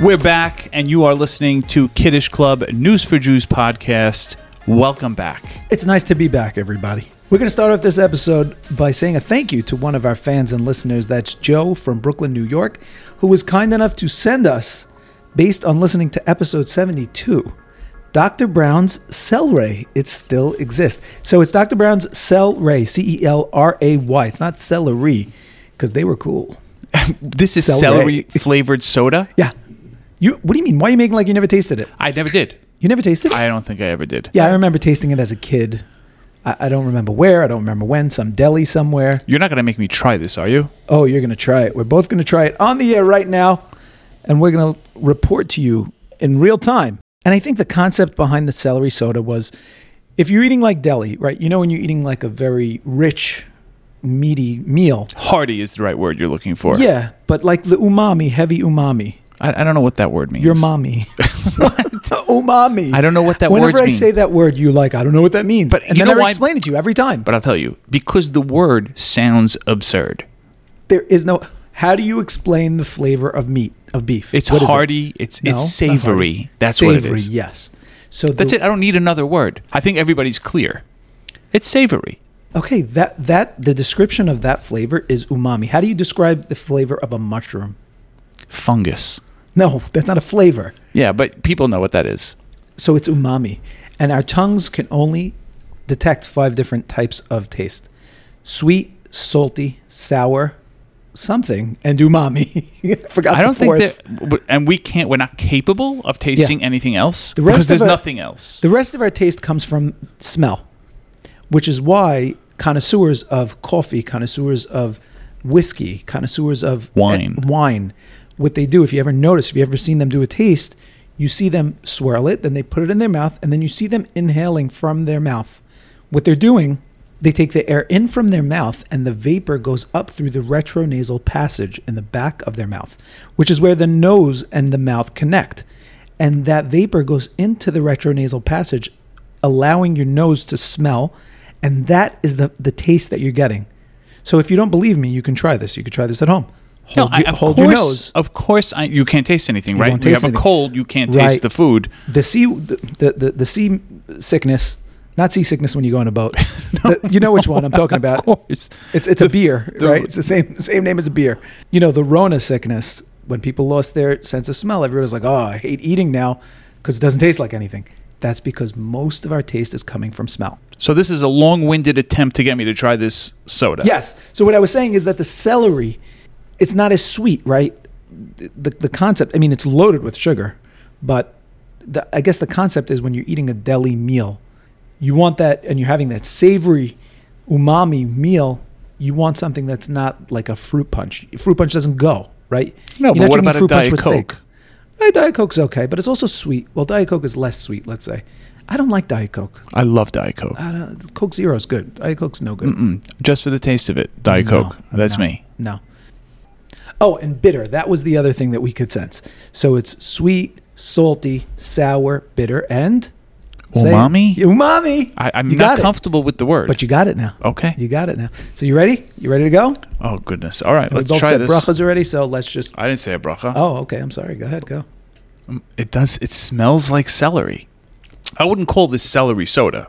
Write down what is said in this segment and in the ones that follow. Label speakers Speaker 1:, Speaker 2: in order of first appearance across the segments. Speaker 1: We're back, and you are listening to Kiddish Club News for Jews podcast. Welcome back.
Speaker 2: It's nice to be back, everybody. We're going to start off this episode by saying a thank you to one of our fans and listeners. That's Joe from Brooklyn, New York, who was kind enough to send us, based on listening to episode 72, Dr. Brown's Cell Ray. It still exists. So it's Dr. Brown's Cell Ray, C E L R A Y. It's not celery, because they were cool.
Speaker 1: This is celery
Speaker 2: Celery.
Speaker 1: flavored soda.
Speaker 2: Yeah. You, what do you mean? Why are you making like you never tasted it?
Speaker 1: I never did.
Speaker 2: You never tasted it?
Speaker 1: I don't think I ever did.
Speaker 2: yeah, I remember tasting it as a kid. I, I don't remember where. I don't remember when. Some deli somewhere.
Speaker 1: You're not going to make me try this, are you?
Speaker 2: Oh, you're going to try it. We're both going to try it on the air right now, and we're going to report to you in real time. And I think the concept behind the celery soda was if you're eating like deli, right? You know, when you're eating like a very rich, meaty meal.
Speaker 1: Hearty is the right word you're looking for.
Speaker 2: Yeah, but like the umami, heavy umami.
Speaker 1: I, I don't know what that word means.
Speaker 2: Your mommy. umami.
Speaker 1: I don't know what that
Speaker 2: Whenever
Speaker 1: words
Speaker 2: I
Speaker 1: mean.
Speaker 2: say that word, you like, I don't know what that means.
Speaker 1: But
Speaker 2: and
Speaker 1: you
Speaker 2: then
Speaker 1: know
Speaker 2: I
Speaker 1: why-
Speaker 2: explain it to you every time.
Speaker 1: But I'll tell you, because the word sounds absurd.
Speaker 2: there is no how do you explain the flavor of meat of beef
Speaker 1: It's
Speaker 2: What is it?
Speaker 1: hearty. It's
Speaker 2: No,
Speaker 1: it's
Speaker 2: not hearty.
Speaker 1: savory. That's what it
Speaker 2: Savory,
Speaker 1: is.
Speaker 2: yes so
Speaker 1: That's it. I don't need another word. I think everybody's clear. It's savory.
Speaker 2: okay that that the description of that flavor is umami how do you describe the flavor of a mushroom
Speaker 1: Fungus.
Speaker 2: no that's not a flavor
Speaker 1: Yeah, but people know what that is.
Speaker 2: so it's umami and our tongues can only detect five different types of taste sweet salty sour something and umami I forgot
Speaker 1: I don't
Speaker 2: the fourth.
Speaker 1: think that, but- and we can't. We're not capable of tasting anything else
Speaker 2: The
Speaker 1: because
Speaker 2: rest of
Speaker 1: there's
Speaker 2: our-
Speaker 1: nothing else.
Speaker 2: The rest of our taste comes from smell, which is why connoisseurs of coffee, connoisseurs of whiskey, connoisseurs of
Speaker 1: Wine.
Speaker 2: eh, wine, what they do, if you ever notice, if you ever seen them do a taste, you see them swirl it, then they put it in their mouth, and then you see them inhaling from their mouth. What they're doing, they take the air in from their mouth, and the vapor goes up through the retronasal passage in the back of their mouth, which is where the nose and the mouth connect and that vapor goes into the retronasal passage, allowing your nose to smell, and that is the the taste that you're getting. So if you don't believe me, you can try this. You can try this at home.
Speaker 1: No,
Speaker 2: Hold,
Speaker 1: I-
Speaker 2: your,
Speaker 1: of
Speaker 2: hold
Speaker 1: course,
Speaker 2: your nose.
Speaker 1: Of course, I, you can't taste anything, right?
Speaker 2: won't
Speaker 1: you
Speaker 2: taste
Speaker 1: have a
Speaker 2: anything.
Speaker 1: cold, you can't taste
Speaker 2: Right.
Speaker 1: the food.
Speaker 2: The sea, the the, the, the sea sickness, not sea sickness when you go on a boat. The- you know which one I'm talking about.
Speaker 1: Of course.
Speaker 2: It's it's a beer, right? It's the same same name as a beer. You know the Rona sickness. When people lost their sense of smell, everyone was like, "Oh, I hate eating now because it doesn't taste like anything." That's because most of our taste is coming from smell.
Speaker 1: So this is a long-winded attempt to get me to try this soda.
Speaker 2: Yes. So what I was saying is that the celery, it's not as sweet, right? The the concept. I mean, it's loaded with sugar, but the, I guess the concept is when you're eating a deli meal, you want that, and you're having that savory, umami meal. You want something that's not like a fruit punch. Fruit punch doesn't go right.
Speaker 1: No, but
Speaker 2: You're not
Speaker 1: what
Speaker 2: drinking
Speaker 1: about a
Speaker 2: fruit punch
Speaker 1: Diet
Speaker 2: with steak.
Speaker 1: Coke?
Speaker 2: Right, Diet Coke's okay, but it's also sweet. Well, Diet Coke is less sweet. Let's say, I don't like Diet Coke.
Speaker 1: I love Diet Coke.
Speaker 2: I don't, Coke Zero is good. Diet Coke's no good.
Speaker 1: Mm, just for the taste of it, Diet Coke.
Speaker 2: No,
Speaker 1: That's
Speaker 2: no,
Speaker 1: me.
Speaker 2: No. Oh, and bitter. That was the other thing that we could sense. So it's sweet, salty, sour, bitter, and say it.
Speaker 1: Umami?
Speaker 2: Umami.
Speaker 1: I, I'm
Speaker 2: You
Speaker 1: not Oh.
Speaker 2: got it.
Speaker 1: comfortable with the word.
Speaker 2: But you got it now.
Speaker 1: okay.
Speaker 2: You got it now. So you ready? You ready to go?
Speaker 1: oh goodness. All right,
Speaker 2: We
Speaker 1: let's
Speaker 2: both
Speaker 1: try
Speaker 2: said
Speaker 1: this.
Speaker 2: brachas already, so let's just.
Speaker 1: I didn't say a bracha.
Speaker 2: Oh, okay. I'm sorry. Go ahead. Go.
Speaker 1: It does. It smells like celery. I wouldn't call this celery soda.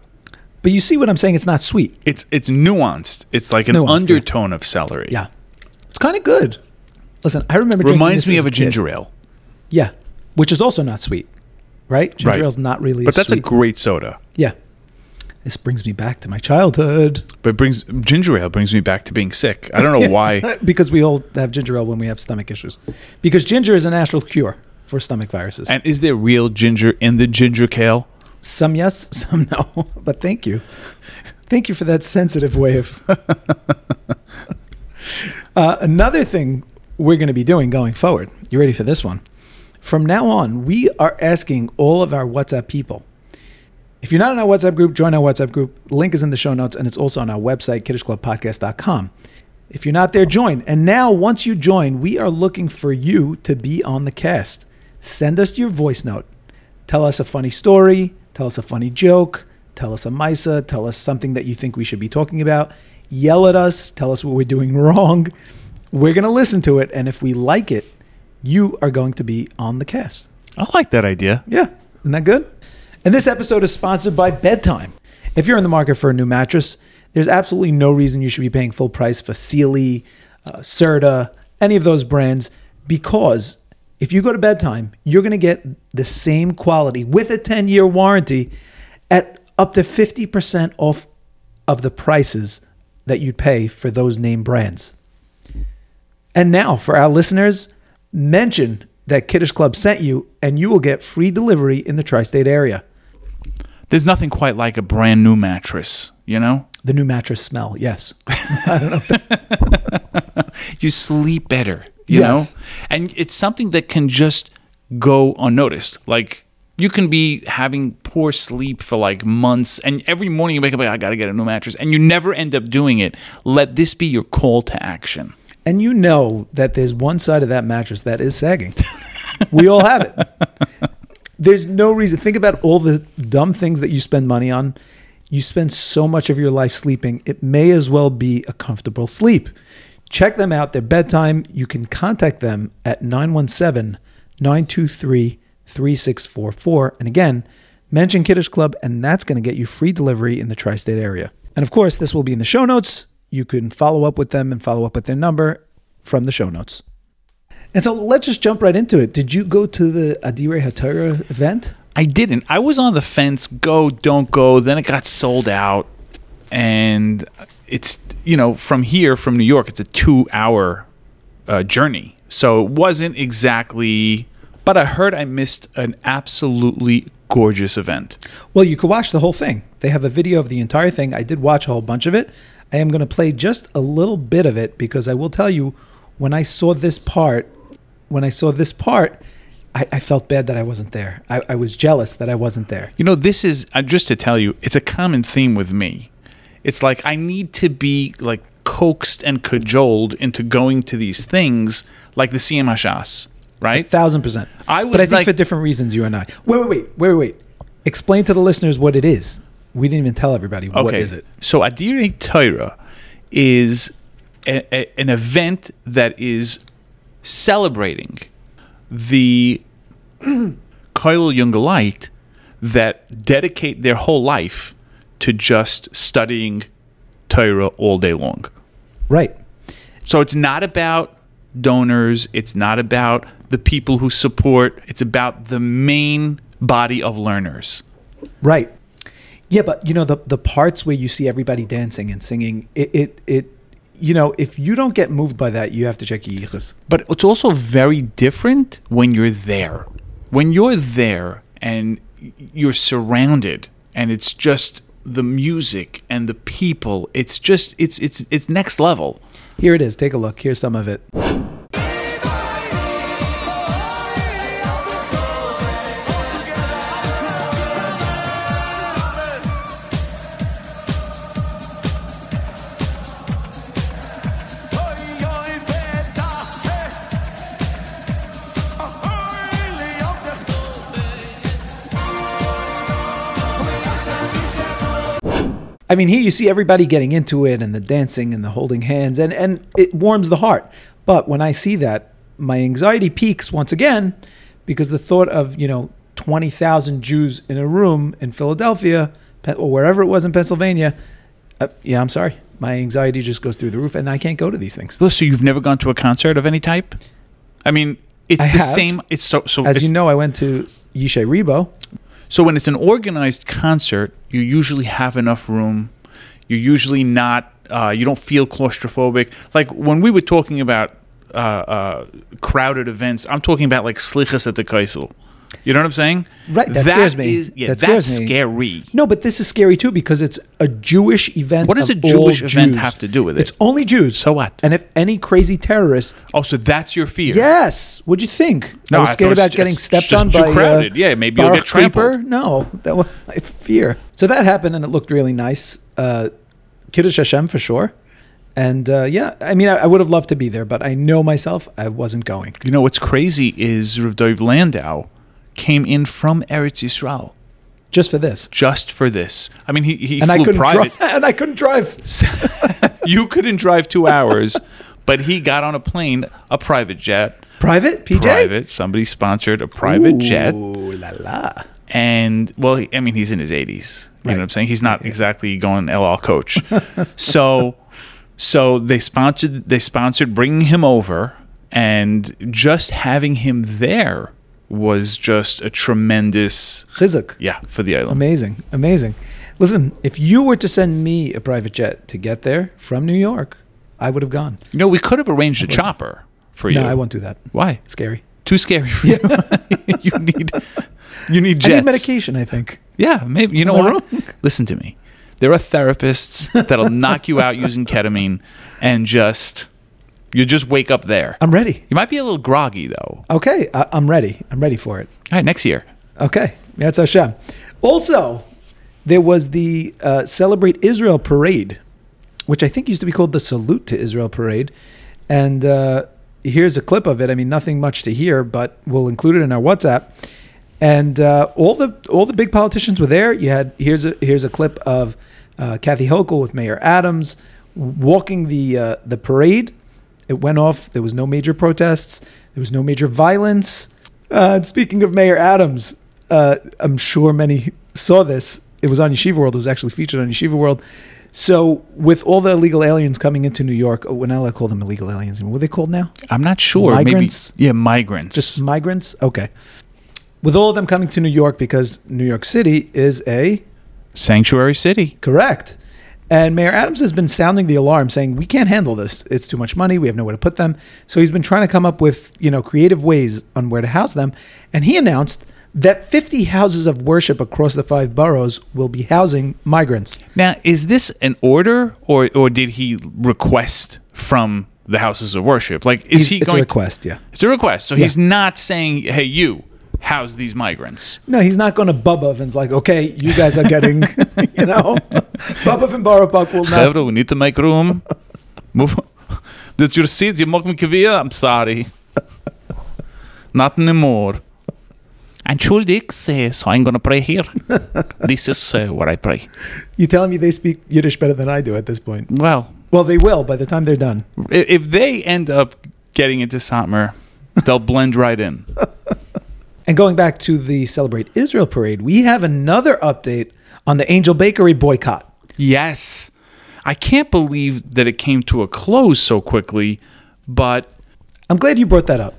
Speaker 2: But you see what I'm saying? It's not sweet.
Speaker 1: It's it's nuanced. It's like an
Speaker 2: nuanced, yeah.
Speaker 1: undertone of celery.
Speaker 2: Yeah. It's kind of good. Listen, I remember. drinking
Speaker 1: Reminds
Speaker 2: this
Speaker 1: me
Speaker 2: as
Speaker 1: of a
Speaker 2: kid.
Speaker 1: ginger ale.
Speaker 2: Yeah, which is also not sweet, right? Ginger
Speaker 1: Right.
Speaker 2: ale's not really.
Speaker 1: But that's a
Speaker 2: sweet.
Speaker 1: great soda.
Speaker 2: Yeah. This brings me back to my childhood.
Speaker 1: But it brings ginger ale brings me back to being sick. I don't know why.
Speaker 2: Uh, because we all have ginger ale when we have stomach issues. Because ginger is a natural cure for stomach viruses.
Speaker 1: And is there real ginger in the ginger kale?
Speaker 2: some yes, some no. But thank you. Thank you for that sensitive way of. uh, another thing we're going to be doing going forward. You ready for this one? From now on, we are asking all of our WhatsApp people. If you're not in our WhatsApp group, join our WhatsApp group. Link is in the show notes and it's also on our website, kiddishclubpodcast.com. If you're not there, join. And now, once you join, we are looking for you to be on the cast. Send us your voice note. Tell us a funny story. Tell us a funny joke. Tell us a MISA. Tell us something that you think we should be talking about. Yell at us. Tell us what we're doing wrong. We're going to listen to it. And if we like it, you are going to be on the cast.
Speaker 1: I like that idea.
Speaker 2: Yeah. Isn't that good? And this episode is sponsored by Bedtime. If you're in the market for a new mattress, there's absolutely no reason you should be paying full price for Sealy, uh, Serta, any of those brands, because if you go to Bedtime, you're going to get the same quality with a 10 year warranty at up to 50% off of the prices that you'd pay for those name brands. And now, for our listeners, mention that Kiddish Club sent you, and you will get free delivery in the tri state area.
Speaker 1: There's nothing quite like a brand new mattress, you know?
Speaker 2: The new mattress smell, yes.
Speaker 1: You sleep better, you
Speaker 2: Yes.
Speaker 1: know? And it's something that can just go unnoticed. Like, you can be having poor sleep for like months, and every morning you wake up, like, I gotta get a new mattress, and you never end up doing it. Let this be your call to action.
Speaker 2: And you know that there's one side of that mattress that is sagging. we all have it. There's no reason. Think about all the dumb things that you spend money on. You spend so much of your life sleeping, it may as well be a comfortable sleep. Check them out. Their bedtime, you can contact them at 917 923 3644. And again, mention Kiddish Club, and that's going to get you free delivery in the tri state area. And of course, this will be in the show notes. You can follow up with them and follow up with their number from the show notes. And so let's just jump right into it. Did you go to the Adire Hatara event?
Speaker 1: I didn't. I was on the fence. Go, don't go. Then it got sold out, and it's you know from here from New York, it's a two-hour uh, journey, so it wasn't exactly. But I heard I missed an absolutely gorgeous event.
Speaker 2: Well, you could watch the whole thing. They have a video of the entire thing. I did watch a whole bunch of it. I am going to play just a little bit of it because I will tell you, when I saw this part, when I saw this part, I, I felt bad that I wasn't there. I, I was jealous that I wasn't there.
Speaker 1: You know, this is uh, just to tell you, it's a common theme with me. It's like I need to be like coaxed and cajoled into going to these things, like the CM Hashas, right?
Speaker 2: Thousand percent.
Speaker 1: I was
Speaker 2: but I think
Speaker 1: like-
Speaker 2: for different reasons. You and I. Wait, wait, wait, wait, wait. Explain to the listeners what it is. We didn't even tell everybody what is it.
Speaker 1: So Adire Torah is a, a- an event that is celebrating the Koil Jungalite that dedicate their whole life to just studying Torah all day long.
Speaker 2: Right.
Speaker 1: So it's not about donors, it's not about the people who support, it's about the main body of learners.
Speaker 2: Right. Yeah, but you know the the parts where you see everybody dancing and singing, it it, it you know if you don't get moved by that, you have to check your yichus.
Speaker 1: But it's also very different when you're there. When you're there and you're surrounded and it's just the music and the people, it's just it's it's it's next level.
Speaker 2: Here it is. Take a look. Here's some of it. I mean, here you see everybody getting into it and the dancing and the holding hands, and, and it warms the heart. But when I see that, my anxiety peaks once again because the thought of, you know, 20,000 Jews in a room in Philadelphia Pe- or wherever it was in Pennsylvania, uh, yeah, I'm sorry. My anxiety just goes through the roof and I can't go to these things.
Speaker 1: Well, So you've never gone to a concert of any type? I mean, it's
Speaker 2: I
Speaker 1: the
Speaker 2: have.
Speaker 1: same it's so so
Speaker 2: As
Speaker 1: it's-
Speaker 2: you know, I went to Yishe Rebo.
Speaker 1: So when it's an organized concert, you usually have enough room. You're usually not. Uh, you don't feel claustrophobic. Like when we were talking about uh, uh, crowded events, I'm talking about like slichas at the Kaisel. You know what I'm saying?
Speaker 2: Right, that scares me.
Speaker 1: is- yeah,
Speaker 2: That
Speaker 1: that's
Speaker 2: scares me.
Speaker 1: scary.
Speaker 2: No, but this is scary too because it's a Jewish event.
Speaker 1: What does
Speaker 2: of
Speaker 1: a Jewish
Speaker 2: all
Speaker 1: event
Speaker 2: Jews.
Speaker 1: have to do with it?
Speaker 2: It's only Jews.
Speaker 1: So what?
Speaker 2: And if any crazy terrorist,
Speaker 1: Oh, so that's your fear.
Speaker 2: yes, what'd you think?
Speaker 1: No,
Speaker 2: I was
Speaker 1: I
Speaker 2: scared
Speaker 1: thought it's
Speaker 2: about
Speaker 1: ju-
Speaker 2: getting
Speaker 1: it's
Speaker 2: stepped
Speaker 1: just
Speaker 2: on
Speaker 1: too
Speaker 2: by uh,
Speaker 1: crowded. Yeah, maybe you'll
Speaker 2: Baruch
Speaker 1: get trampled.
Speaker 2: Creeper? No, that was my fear. So that happened, and it looked really nice. Uh, Kiddush Hashem for sure. And uh, yeah, I mean, I, I would have loved to be there, but I know myself, I wasn't going.
Speaker 1: You know what's crazy is Rav Dov Landau came in from Eretz Yisrael
Speaker 2: Just for this,
Speaker 1: just for this. I mean, he he
Speaker 2: and I
Speaker 1: flew
Speaker 2: couldn't
Speaker 1: private.
Speaker 2: drive. And I couldn't drive.
Speaker 1: you couldn't drive two hours, but he got on a plane, a private jet,
Speaker 2: Private PJ.
Speaker 1: Private. Somebody sponsored a private jet.
Speaker 2: Ooh la la.
Speaker 1: and well, he- I mean, he's in his 80s. You know
Speaker 2: Right.
Speaker 1: what I'm saying? He's not exactly going LL coach. so, so they sponsored they sponsored bringing him over, and just having him there was just a tremendous
Speaker 2: Chizuk.
Speaker 1: yeah for the island.
Speaker 2: Amazing, amazing. Listen, if you were to send me a private jet to get there from New York, I would have gone.
Speaker 1: You know, we could have arranged a chopper for you.
Speaker 2: No, I won't do that.
Speaker 1: Why?
Speaker 2: Scary.
Speaker 1: Too scary for you. you need you need jets.
Speaker 2: I need medication. I think.
Speaker 1: Yeah, maybe. You know
Speaker 2: I
Speaker 1: what?
Speaker 2: wrong?
Speaker 1: Listen to me. There are therapists that'll knock you out using ketamine and just you just wake up there.
Speaker 2: I'm ready.
Speaker 1: You might be a little groggy though. All
Speaker 2: Okay, I- I'm ready. I'm ready for it.
Speaker 1: right, next year.
Speaker 2: Okay, that's Hashem. Also, there was the uh, Celebrate Israel parade, which I think used to be called the Salute to Israel parade. And uh, here's a clip of it. I mean, nothing much to hear, but we'll include it in our WhatsApp. And uh, all the all the big politicians were there. You had here's a here's a clip of uh, Kathy Hochul with Mayor Adams walking the uh, the parade. It went off. There was no major protests. There was no major violence. Uh, and speaking of Mayor Adams, uh, I'm sure many saw this. It was on Yeshiva World. It was actually featured on Yeshiva World. So, with all the illegal aliens coming into New York, oh, we're not allowed to call them illegal aliens. anymore. What are they called now?
Speaker 1: I'm not sure.
Speaker 2: Migrants?
Speaker 1: Maybe yeah, migrants.
Speaker 2: Just migrants? Okay. With all of them coming to New York because New York City is a
Speaker 1: Sanctuary city.
Speaker 2: Correct. And Mayor Adams has been sounding the alarm, saying we can't handle this. It's too much money. We have nowhere to put them. So he's been trying to come up with you know creative ways on where to house them. And he announced that 50 houses of worship across the five boroughs will be housing migrants.
Speaker 1: Now, is this an order or or did he request from the houses of worship? Like is he
Speaker 2: it's
Speaker 1: going
Speaker 2: a request? Yeah.
Speaker 1: It's a request. So he's not saying, "Hey you, house these migrants."
Speaker 2: No, he's not going to Bubba and like, okay, you guys are getting, you know, Bubba and Barabuck will not.
Speaker 1: Chevra, we need to make room. Move. Did you see the Mokum Kavia? I'm sorry. Not anymore. Entschuldig, say, so I'm going to pray here. this is uh, what I pray.
Speaker 2: You telling me they speak Yiddish better than I do at this point?
Speaker 1: Well,
Speaker 2: Well, they will by the time they're done.
Speaker 1: i- if they end up getting into Satmar, they'll blend right in.
Speaker 2: And going back to the Celebrate Israel parade, we have another update on the Angel Bakery boycott.
Speaker 1: Yes. I can't believe that it came to a close so quickly, but
Speaker 2: I'm glad you brought that up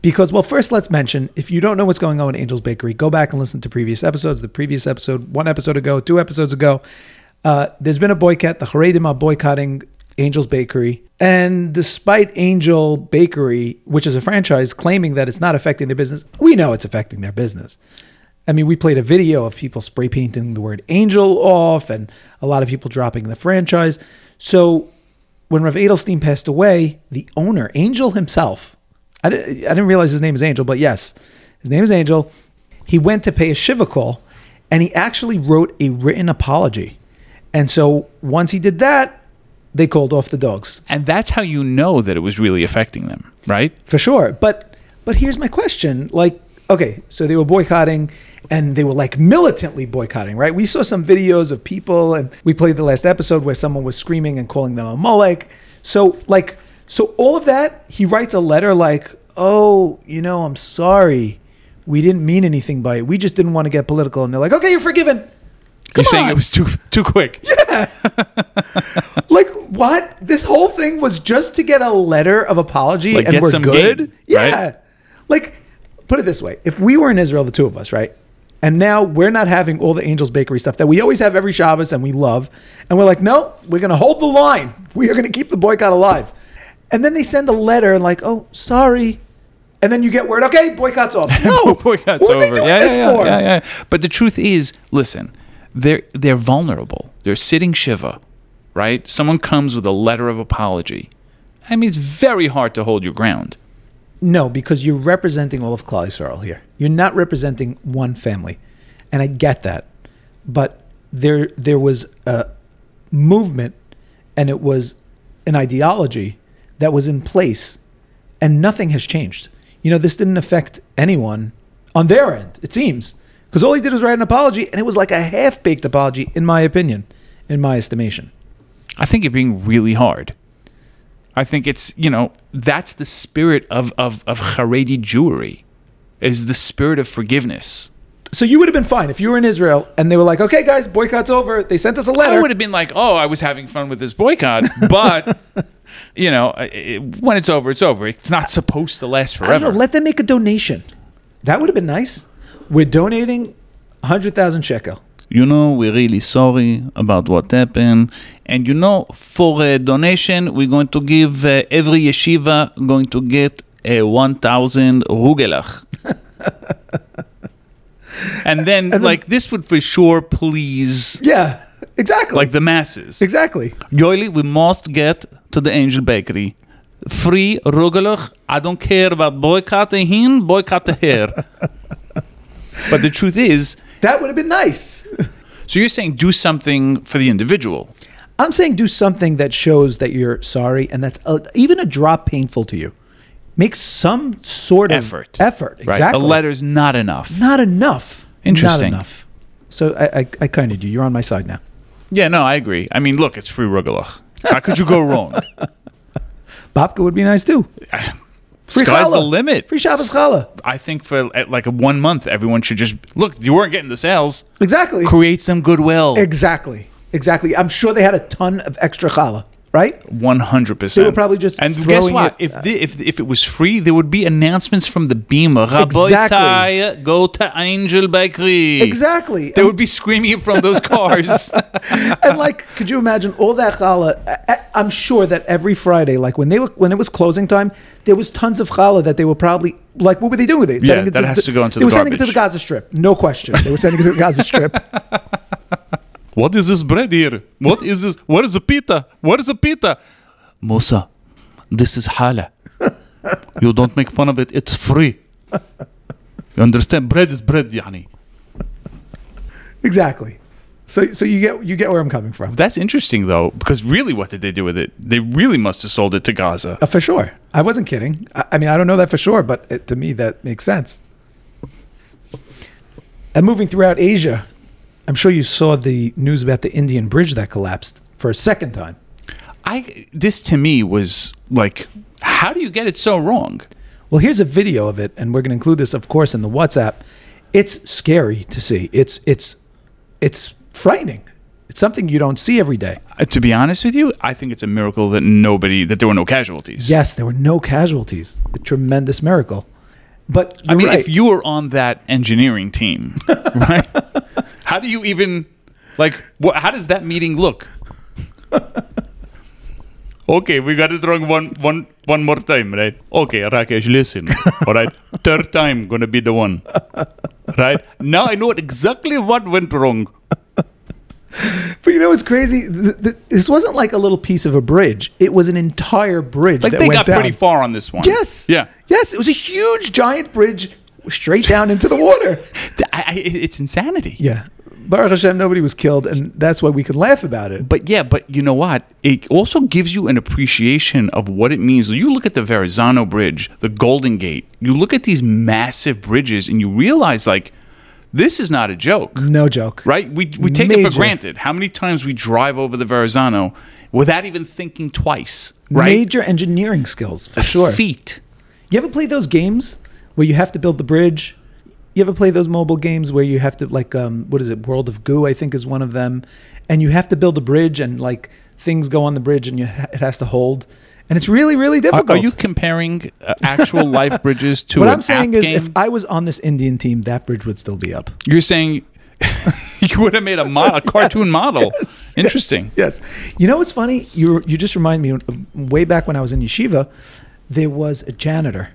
Speaker 2: because, well, first let's mention if you don't know what's going on with Angel's Bakery, go back and listen to previous episodes. The previous episode, one episode ago, two episodes ago, uh, there's been a boycott. The Haredim are boycotting Angel's Bakery. And despite Angel Bakery, which is a franchise, claiming that it's not affecting their business, we know it's affecting their business. I mean, we played a video of people spray painting the word angel off and a lot of people dropping the franchise. So when Rev Edelstein passed away, the owner, Angel himself, I didn't, I didn't realize his name is Angel, but yes, his name is Angel. He went to pay a Shiva call and he actually wrote a written apology. And so once he did that, they called off the dogs
Speaker 1: and that's how you know that it was really affecting them, right?
Speaker 2: for sure. But but here's my question: like, okay, so they were boycotting, and they were like militantly boycotting, right? We saw some videos of people, and we played the last episode where someone was screaming and calling them a mulek. So like, so all of that, he writes a letter like, oh, you know, I'm sorry, we didn't mean anything by it. We just didn't want to get political, and they're like, okay, you're forgiven. Come
Speaker 1: You're saying
Speaker 2: on.
Speaker 1: it was too too quick.
Speaker 2: Like what? This whole thing was just to get a letter of apology
Speaker 1: Like,
Speaker 2: and
Speaker 1: get
Speaker 2: we're
Speaker 1: some
Speaker 2: good.
Speaker 1: game,
Speaker 2: yeah.
Speaker 1: right?
Speaker 2: Like, put it this way: if we were in Israel, the two of us, right? And now we're not having all the Angels Bakery stuff that we always have every Shabbos and we love, and we're like, no, we're going to hold the line. We are going to keep the boycott alive. And then they send a letter and like, oh, sorry. And then you get word, okay, boycott's off. No,
Speaker 1: boycott's
Speaker 2: what was
Speaker 1: over.
Speaker 2: he doing
Speaker 1: yeah,
Speaker 2: this
Speaker 1: yeah, yeah,
Speaker 2: for?
Speaker 1: yeah, yeah. But the truth is, listen, they're they're vulnerable. They're sitting shiva, right? Someone comes with a letter of apology. I mean, it's very hard to hold your ground.
Speaker 2: No, because you're representing all of Klal Yisrael here. You're not representing one family, and I get that, but there there was a movement, and it was an ideology that was in place, and nothing has changed. You know, this didn't affect anyone on their end. It seems because all he did was write an apology, and it was like a half baked apology, in my opinion, in my estimation.
Speaker 1: I think you're being really hard. I think it's you know that's the spirit of of of Haredi Jewry, is the spirit of forgiveness.
Speaker 2: So you would have been fine if you were in Israel and they were like, okay, guys, boycott's over. They sent us a
Speaker 1: I
Speaker 2: letter.
Speaker 1: would have been like, oh, I was having fun with this boycott, but you know, i i when it's over, it's over. It's not supposed to last
Speaker 2: I don't know,
Speaker 1: forever.
Speaker 2: let them make a donation. That would have been nice. We're donating 100,000 shekel.
Speaker 1: you know, we're really sorry about what happened, and you know, for a donation, we're going to give uh, every yeshiva going to get a one thousand rugelach. And then, like this would for sure please,
Speaker 2: Yeah, exactly.
Speaker 1: like the masses.
Speaker 2: exactly.
Speaker 1: Yoili, we must get to the Angel Bakery. Free rugelach. I don't care about boycotting him, boycott her. but the truth is,
Speaker 2: That would have been nice.
Speaker 1: so you're saying do something for the individual.
Speaker 2: I'm saying do something that shows that you're sorry and that's uh even a drop painful to you. Make some sort of
Speaker 1: Effort.
Speaker 2: Effort,
Speaker 1: Right?
Speaker 2: exactly.
Speaker 1: A letter's not enough.
Speaker 2: Not enough.
Speaker 1: Interesting.
Speaker 2: Not enough. So I, I, I kind of do. You're on my side now.
Speaker 1: Yeah, no, I agree. I mean, look, it's free rugelach. How could you go wrong?
Speaker 2: Babka would be nice too. Free
Speaker 1: Sky's the
Speaker 2: challah.
Speaker 1: limit.
Speaker 2: Free Shabbos challah.
Speaker 1: I think for at like a one month, everyone should just look. You weren't getting the sales.
Speaker 2: Exactly.
Speaker 1: Create some goodwill.
Speaker 2: Exactly. Exactly. I'm sure they had a ton of extra challah, right?
Speaker 1: One hundred percent.
Speaker 2: They were probably just
Speaker 1: and guess
Speaker 2: throwing
Speaker 1: what?
Speaker 2: it-
Speaker 1: if, the, if if it uh, was free, there would be announcements from the Bima. Rabbi
Speaker 2: Exactly.
Speaker 1: Isaiah, go to Angel Bakery.
Speaker 2: Exactly.
Speaker 1: They would be screaming it from those cars.
Speaker 2: and like, could you imagine all that challah? I- I- I'm sure that every Friday, like when they were when it was closing time, there was tons of challah that they were probably like, what were they doing with it?
Speaker 1: Yeah, that has to go into
Speaker 2: They
Speaker 1: the
Speaker 2: were sending it to
Speaker 1: garbage.
Speaker 2: the Gaza Strip, no question. They were sending it to the Gaza Strip.
Speaker 1: what is this bread here? What is this? What is a pita? What is a pita? Musa, this is hala. you don't make fun of it. It's free. You understand? Bread is bread, Yani.
Speaker 2: exactly. So, so you get you get where I'm coming from.
Speaker 1: That's interesting though, because really, what did they do with it? They really must have sold it to Gaza.
Speaker 2: Uh, for sure. I wasn't kidding. I, I mean, I don't know that for sure, but it, to me, that makes sense. And moving throughout Asia, I'm sure you saw the news about the Indian bridge that collapsed for a second time.
Speaker 1: I this to me was like, how do you get it so wrong?
Speaker 2: Well, here's a video of it, and we're going to include this, of course, in the WhatsApp. It's scary to see. It's it's it's frightening. It's something you don't see every day.
Speaker 1: Uh, to be honest with you, I think it's a miracle that nobody that there were no casualties.
Speaker 2: Yes, there were no casualties. A tremendous miracle. But
Speaker 1: I mean,
Speaker 2: right.
Speaker 1: if you were on that engineering team, right? how do you even like? What, how does that meeting look? okay, we got it wrong one one one more time, right? Okay, Rakesh, listen. All right, third time gonna be the one, right? Now I know exactly what went wrong.
Speaker 2: But you know what's crazy? Th- th- this wasn't like a little piece of a bridge. It was an entire bridge
Speaker 1: Like
Speaker 2: that
Speaker 1: they
Speaker 2: went
Speaker 1: got
Speaker 2: down.
Speaker 1: pretty far on this one.
Speaker 2: Yes.
Speaker 1: Yeah.
Speaker 2: Yes, it was a huge, giant bridge straight down into the water.
Speaker 1: Th- I, I, it's insanity.
Speaker 2: yeah. Baruch Hashem, nobody was killed, and that's why we can laugh about it.
Speaker 1: But yeah, but you know what? It also gives you an appreciation of what it means. You look at the Verrazano Bridge, the Golden Gate. You look at these massive bridges, and you realize like this is not a joke,
Speaker 2: No joke.
Speaker 1: right? We we take it for
Speaker 2: Major.
Speaker 1: granted. How many times we drive over the Verrazano without even thinking twice, right?
Speaker 2: Major engineering skills, for sure.
Speaker 1: Feet.
Speaker 2: You ever play those games where you have to build the bridge? You ever play those mobile games where you have to like um, what is it? World of Goo, I think, is one of them, and you have to build a bridge and like things go on the bridge and you ha- it has to hold, and it's really really
Speaker 1: Are,
Speaker 2: difficult.
Speaker 1: are you comparing uh, actual life bridges to
Speaker 2: what
Speaker 1: an
Speaker 2: I'm saying
Speaker 1: app
Speaker 2: is,
Speaker 1: game?
Speaker 2: if I was on this Indian team, that bridge would still be up.
Speaker 1: You're saying you would have made a model, a cartoon
Speaker 2: Yes,
Speaker 1: model.
Speaker 2: yes,
Speaker 1: Interesting.
Speaker 2: Yes, yes. You know what's funny? You you just remind me. of Way back when I was in yeshiva, there was a janitor,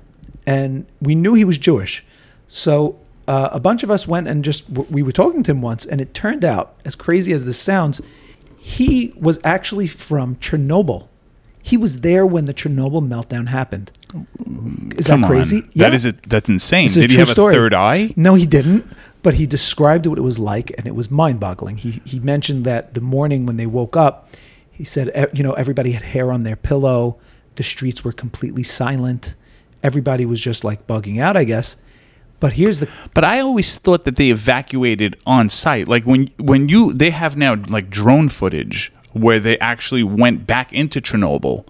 Speaker 2: and we knew he was Jewish, so. Uh, a bunch of us went and just we were talking to him once, and it turned out, as crazy as this sounds, he was actually from Chernobyl. He was there when the Chernobyl meltdown happened. Is that crazy?
Speaker 1: On. That is a, that's insane.
Speaker 2: It's a
Speaker 1: Did he
Speaker 2: true
Speaker 1: have
Speaker 2: story.
Speaker 1: a third eye?
Speaker 2: No, he didn't. But he described what it was like, and it was mind-boggling. He he mentioned that the morning when they woke up, he said, eh, you know, everybody had hair on their pillow. The streets were completely silent. Everybody was just like bugging out, I guess. But here's the
Speaker 1: But I always thought that they evacuated on site. Like when when you they have now like drone footage where they actually went back into Chernobyl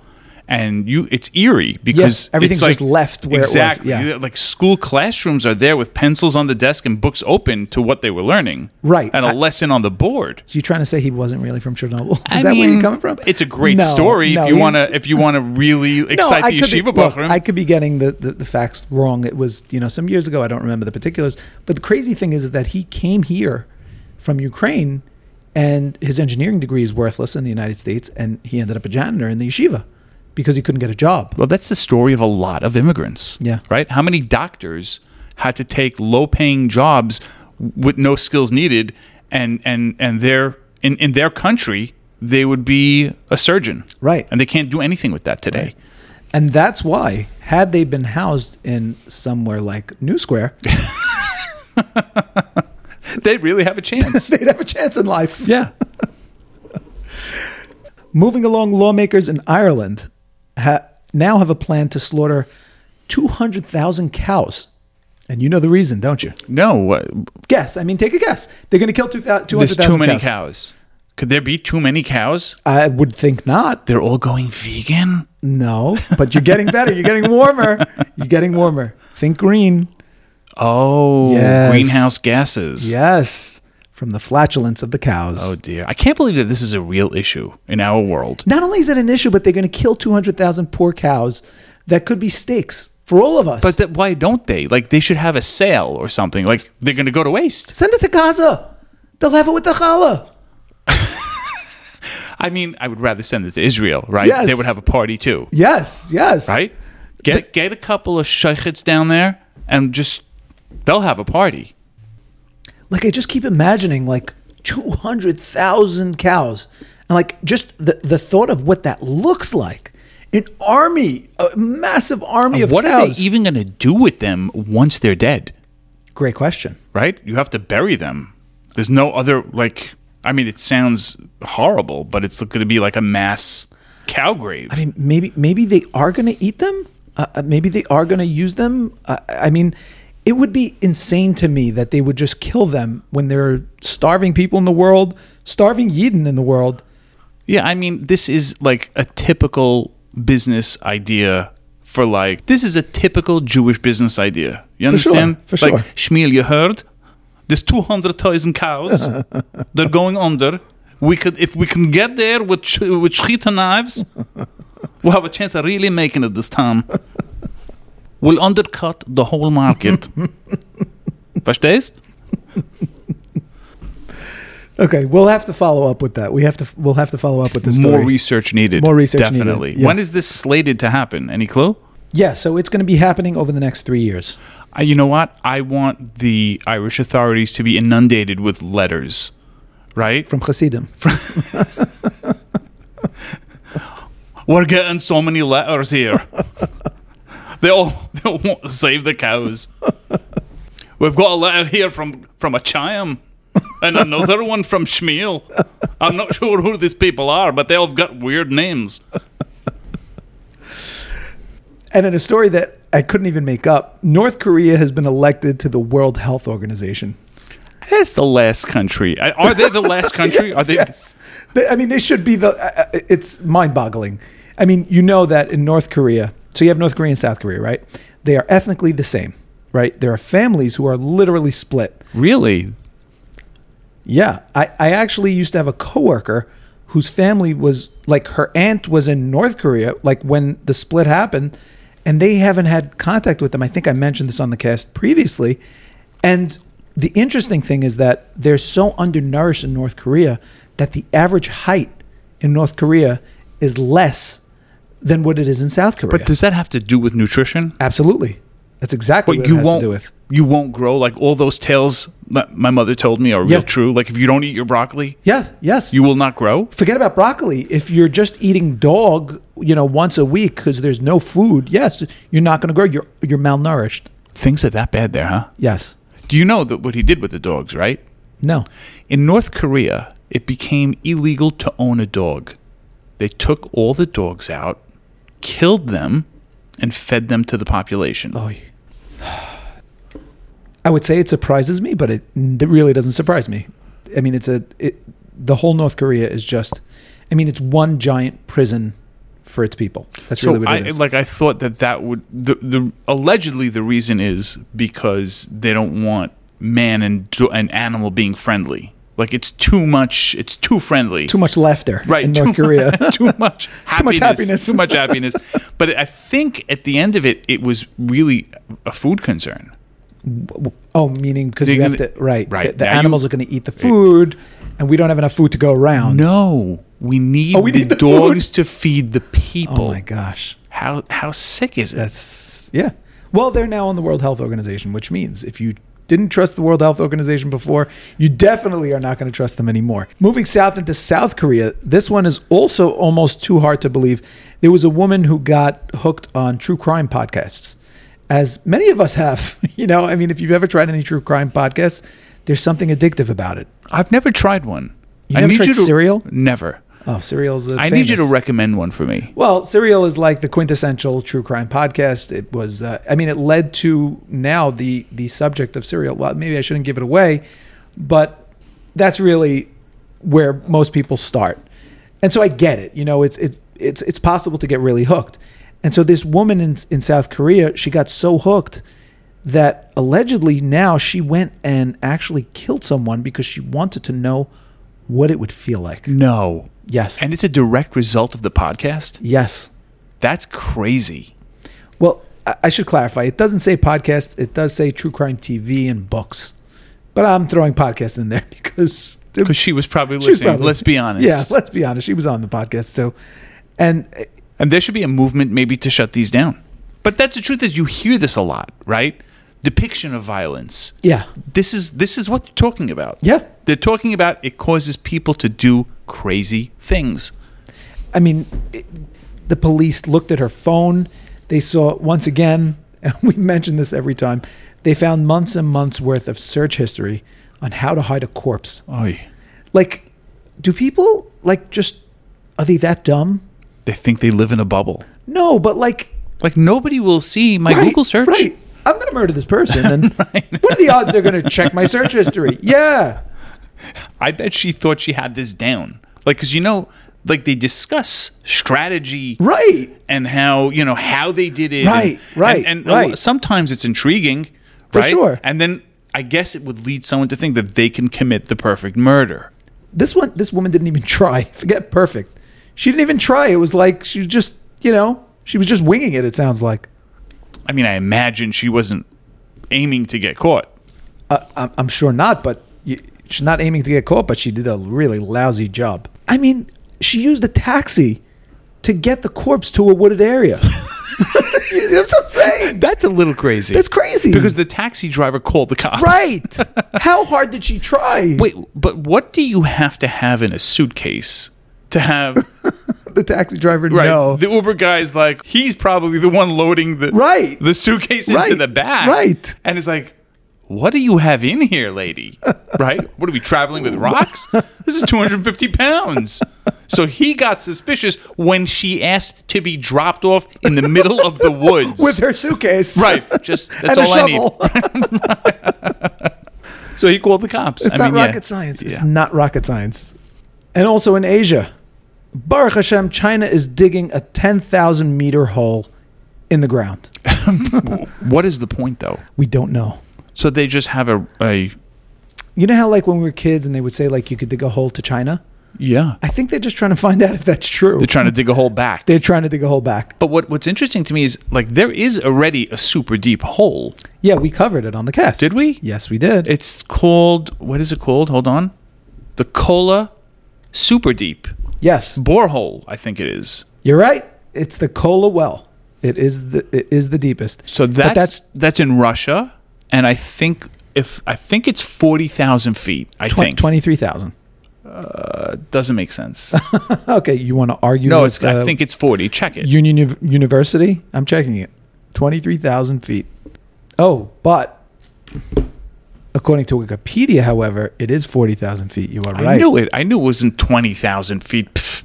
Speaker 1: and you it's eerie because
Speaker 2: everything's
Speaker 1: it's like,
Speaker 2: just left where it was,
Speaker 1: exactly.
Speaker 2: yeah.
Speaker 1: Like school classrooms are there with pencils on the desk and books open to what they were learning.
Speaker 2: Right.
Speaker 1: And a
Speaker 2: I-
Speaker 1: lesson on the board.
Speaker 2: So you're trying to say he wasn't really from Chernobyl? Is
Speaker 1: I
Speaker 2: that where you're
Speaker 1: mean,
Speaker 2: coming from?
Speaker 1: It's a great
Speaker 2: No,
Speaker 1: story
Speaker 2: no,
Speaker 1: if you
Speaker 2: he's-
Speaker 1: want to if you want to really excite the
Speaker 2: could be,
Speaker 1: yeshiva
Speaker 2: look,
Speaker 1: Bachrim.
Speaker 2: I could be getting the, the, the facts wrong. It was, you know, some years ago. I don't remember the particulars. But the crazy thing is that he came here from Ukraine and his engineering degree is worthless in the United States. And he ended up a janitor in the yeshiva because he couldn't get a job.
Speaker 1: Well, that's the story of a lot of immigrants.
Speaker 2: Yeah.
Speaker 1: Right? How many doctors had to take low paying jobs with no skills needed and and and their in, in their country they would be a surgeon.
Speaker 2: Right.
Speaker 1: And they can't do anything with that today.
Speaker 2: And that's why, had they been housed in somewhere like New Square,
Speaker 1: They really have a chance.
Speaker 2: they'd have a chance in life.
Speaker 1: yeah.
Speaker 2: Moving along, lawmakers in Ireland ha- now have a plan to slaughter 200,000 cows. And you know the reason, don't you?
Speaker 1: No, uh,
Speaker 2: Guess. I mean, take a guess. They're going to kill 200,000
Speaker 1: there's too many
Speaker 2: cows.
Speaker 1: cows. Could there be too many cows?
Speaker 2: I would think not.
Speaker 1: They're all going vegan?
Speaker 2: No, but you're getting better. You're getting warmer. You're getting warmer. Think green.
Speaker 1: Oh,
Speaker 2: Yes.
Speaker 1: greenhouse gases.
Speaker 2: Yes, from the flatulence of the cows.
Speaker 1: Oh dear. I can't believe that this is a real issue in our world.
Speaker 2: Not only is it an issue, but they're going to kill 200,000 poor cows that could be steaks for all of us.
Speaker 1: But that, why don't they? Like they should have a sale or something. Like they're going to go to waste.
Speaker 2: Send it to Gaza. They'll have it with the challah.
Speaker 1: I mean, I would rather send it to Israel, right?
Speaker 2: Yes.
Speaker 1: They would have a party too,
Speaker 2: Yes, yes.
Speaker 1: right? Get get a couple of sheikhs down there and just they'll have a party.
Speaker 2: like I just keep imagining like 200,000 cows and like just the the thought of what that looks like an army a massive army of
Speaker 1: Uh, What are
Speaker 2: cows
Speaker 1: they even going to do with them once they're dead?
Speaker 2: great question
Speaker 1: Right? You have to bury them. There's no other like. I mean, it sounds horrible, but it's going to be like a mass cow grave.
Speaker 2: I mean maybe maybe they are going to eat them uh, uh, maybe they are going to use them uh, I mean it would be insane to me that they would just kill them when there are starving people in the world starving Yidden in the world
Speaker 1: Yeah, I mean, this is like a typical business idea for like this is a typical Jewish business idea. You
Speaker 2: For sure,
Speaker 1: understand?
Speaker 2: for
Speaker 1: Like Shmuel, you heard? There's two hundred thousand cows. They're going under. We could, if we can get there with sh- with shchita knives, we'll have a chance of really making it this time. We'll undercut the whole market. Verstehst?
Speaker 2: okay we'll have to follow up with that we have to we'll have to follow up with this
Speaker 1: More
Speaker 2: story.
Speaker 1: research needed.
Speaker 2: More research needed,
Speaker 1: definitely.
Speaker 2: yeah.
Speaker 1: When is this slated to happen? Any clue?
Speaker 2: yeah so it's going to be happening over the next 3 years
Speaker 1: I, you know what? I want the Irish authorities to be inundated with letters, right?
Speaker 2: from Hasidim
Speaker 1: We're getting so many letters here. they all they all want to save the cows. We've got a letter here from from a Chaim and another one from Shmuel. I'm not sure who these people are, but they all have got weird names.
Speaker 2: And in a story that I couldn't even make up, North Korea has been elected to the World Health Organization.
Speaker 1: That's the last country. I- Are they the last country? are they?
Speaker 2: Yes. They- I mean, they should be the. uh, uh, It's mind boggling. I mean, you know that in North Korea, so you have North Korea and South Korea, right? They are ethnically the same, right? There are families who are literally split.
Speaker 1: Really?
Speaker 2: Yeah. I, I actually used to have a coworker whose family was like her aunt was in North Korea, like when the split happened, and they haven't had contact with them. I think I mentioned this on the cast previously. And the interesting thing is that they're so undernourished in North Korea that the average height in North Korea is less than what it is in South Korea.
Speaker 1: But does that have to do with nutrition?
Speaker 2: Absolutely. That's exactly
Speaker 1: but
Speaker 2: what
Speaker 1: you
Speaker 2: it has
Speaker 1: won't
Speaker 2: to do with.
Speaker 1: you won't grow like all those tales that my mother told me are real
Speaker 2: Yeah.
Speaker 1: true like if you don't eat your broccoli
Speaker 2: Yeah, yes.
Speaker 1: you will not grow
Speaker 2: forget about broccoli. If you're just eating dog, you know, once a week because there's no food, yes, you're not going to grow. You're you're malnourished.
Speaker 1: things are that bad there huh
Speaker 2: Yes.
Speaker 1: do you know that what he did with the dogs right
Speaker 2: No.
Speaker 1: in north korea it became illegal to own a dog they took all the dogs out killed them and fed them to the population
Speaker 2: Oh, I would say it surprises me, but it, it really doesn't surprise me. I mean, it's a it, the whole North Korea is just. I mean, it's one giant prison for its people. That's
Speaker 1: So
Speaker 2: really what
Speaker 1: I
Speaker 2: it is.
Speaker 1: like I thought that that would the, the allegedly the reason is because they don't want man and do- and animal being friendly. Like it's too much. It's too friendly.
Speaker 2: too much laughter
Speaker 1: Right,
Speaker 2: in
Speaker 1: too
Speaker 2: North Korea.
Speaker 1: too much happiness.
Speaker 2: Too much happiness.
Speaker 1: too much happiness. But I think at the end of it, it was really a food concern.
Speaker 2: oh, meaning because
Speaker 1: They're
Speaker 2: you have
Speaker 1: gonna-
Speaker 2: to right.
Speaker 1: right,
Speaker 2: The, the
Speaker 1: now you-
Speaker 2: animals are going to eat the food, and we don't have enough food to go around.
Speaker 1: No, we need,
Speaker 2: Oh, we
Speaker 1: the,
Speaker 2: need the
Speaker 1: dogs to feed the
Speaker 2: Oh
Speaker 1: people.
Speaker 2: my gosh,
Speaker 1: how how sick is it?
Speaker 2: that's yeah. Well, they're now on the World Health Organization, which means if you didn't trust the World Health Organization before, you definitely are not going to trust them anymore. Moving south into South Korea, this one is also almost too hard to believe. There was a woman who got hooked on true crime podcasts. as many of us have. You know, I mean, if you've ever tried any true crime podcasts, there's something addictive about it.
Speaker 1: I've never tried one.
Speaker 2: You
Speaker 1: I
Speaker 2: never
Speaker 1: need
Speaker 2: tried
Speaker 1: you to
Speaker 2: cereal?
Speaker 1: Never.
Speaker 2: Oh, Serial's a
Speaker 1: I need you to recommend one for me.
Speaker 2: well, Serial is like the quintessential true crime podcast. It was, uh, I mean, it led to now the the subject of Serial. Well, maybe I shouldn't give it away, but that's really where most people start. And so I get it. You know, it's it's it's it's possible to get really hooked. And so this woman in in South Korea, she got so hooked that allegedly now she went and actually killed someone because she wanted to know what it would feel like.
Speaker 1: No.
Speaker 2: Yes.
Speaker 1: Mm. And it's a direct result of the podcast?
Speaker 2: yes.
Speaker 1: That's crazy.
Speaker 2: Well, I I should clarify. It doesn't say podcast. It does say true crime TV and books. But I'm throwing podcasts in there because
Speaker 1: Because she was probably
Speaker 2: she's
Speaker 1: listening.
Speaker 2: probably-
Speaker 1: let's be honest.
Speaker 2: Yeah, let's be honest. She was on the podcast too, and uh,
Speaker 1: And there should be a movement maybe to shut these down. But that's the truth is you hear this a lot, right? Depiction of violence.
Speaker 2: yeah,
Speaker 1: This is this is what they're talking about.
Speaker 2: yeah.
Speaker 1: They're talking about it causes people to do crazy things.
Speaker 2: I mean, it, the police looked at her phone. They saw once again, and we mention this every time. They found months and months worth of search history on how to hide a corpse.
Speaker 1: Oh,
Speaker 2: Like, do people like just are they that dumb?
Speaker 1: they think they live in a bubble.
Speaker 2: No, but like
Speaker 1: Like nobody will see my
Speaker 2: Right,
Speaker 1: Google search.
Speaker 2: Right. I'm going to murder this person. And what are the odds they're going to check my search history? Yeah.
Speaker 1: I bet she thought she had this down. Like, because you know, like they discuss strategy
Speaker 2: Right.
Speaker 1: and how you know how they did it.
Speaker 2: Right,
Speaker 1: and,
Speaker 2: right,
Speaker 1: and, and
Speaker 2: right.
Speaker 1: Sometimes it's intriguing, right?
Speaker 2: sure.
Speaker 1: And then I guess it would lead someone to think that they can commit the perfect murder.
Speaker 2: This one, this woman didn't even try. Forget perfect. She didn't even try. It was like she was just, you know, she was just winging it, it sounds like.
Speaker 1: I mean, I imagine she wasn't aiming to get caught.
Speaker 2: Uh, I'm, I'm sure not, but you, she's not aiming to get caught, but she did a really lousy job. I mean, she used a taxi to get the corpse to a wooded area. you know what I'm saying?
Speaker 1: That's a little crazy.
Speaker 2: That's crazy.
Speaker 1: because the taxi driver called the cops.
Speaker 2: Right. How hard did she try?
Speaker 1: Wait, but what do you have to have in a suitcase to have?
Speaker 2: the taxi driver
Speaker 1: Right.
Speaker 2: no
Speaker 1: The Uber guy's like, he's probably the one loading the
Speaker 2: Right.
Speaker 1: the suitcase
Speaker 2: Right.
Speaker 1: into the bag.
Speaker 2: Right.
Speaker 1: And it's like, what do you have in here, lady? right? What are we traveling with rocks? This is 250 pounds. So he got suspicious when she asked to be dropped off in the middle of the woods.
Speaker 2: with her suitcase
Speaker 1: Right. Just that's
Speaker 2: and a
Speaker 1: all I need.
Speaker 2: shovel
Speaker 1: So he called the cops.
Speaker 2: it's
Speaker 1: I
Speaker 2: not
Speaker 1: mean, yeah.
Speaker 2: rocket science it's
Speaker 1: Yeah.
Speaker 2: not rocket science and also in asia baruch hashem china is digging a 10000 meter hole in the ground
Speaker 1: What is the point though?
Speaker 2: we don't know
Speaker 1: So they just have a, a
Speaker 2: you know how like when we were kids and they would say like you could dig a hole to china
Speaker 1: yeah.
Speaker 2: i think they're just trying to find out if that's true
Speaker 1: They're trying to dig a hole back.
Speaker 2: they're trying to dig a hole back
Speaker 1: But what, what's interesting to me is like there is already a super deep hole.
Speaker 2: yeah we covered it on the cast
Speaker 1: Did we?
Speaker 2: yes we did
Speaker 1: It's called what is it called? Hold on. The Kola Super Deep
Speaker 2: yes
Speaker 1: borehole, I think it is.
Speaker 2: You're right. It's the Kola well. It is the it is the deepest.
Speaker 1: So
Speaker 2: But
Speaker 1: that's that's, in Russia and I think if I think it's 40,000 feet, I
Speaker 2: that's
Speaker 1: think.
Speaker 2: twenty three thousand.
Speaker 1: Uh, doesn't make sense.
Speaker 2: Okay, you want to argue?
Speaker 1: No,
Speaker 2: with,
Speaker 1: it's
Speaker 2: uh,
Speaker 1: I think it's 40. Check it.
Speaker 2: Union U- University. I'm checking it. Twenty three thousand feet. Oh, but according to Wikipedia, however, it is forty thousand feet. You are
Speaker 1: I
Speaker 2: right.
Speaker 1: knew it. I knew it wasn't 20,000 feet. Pff.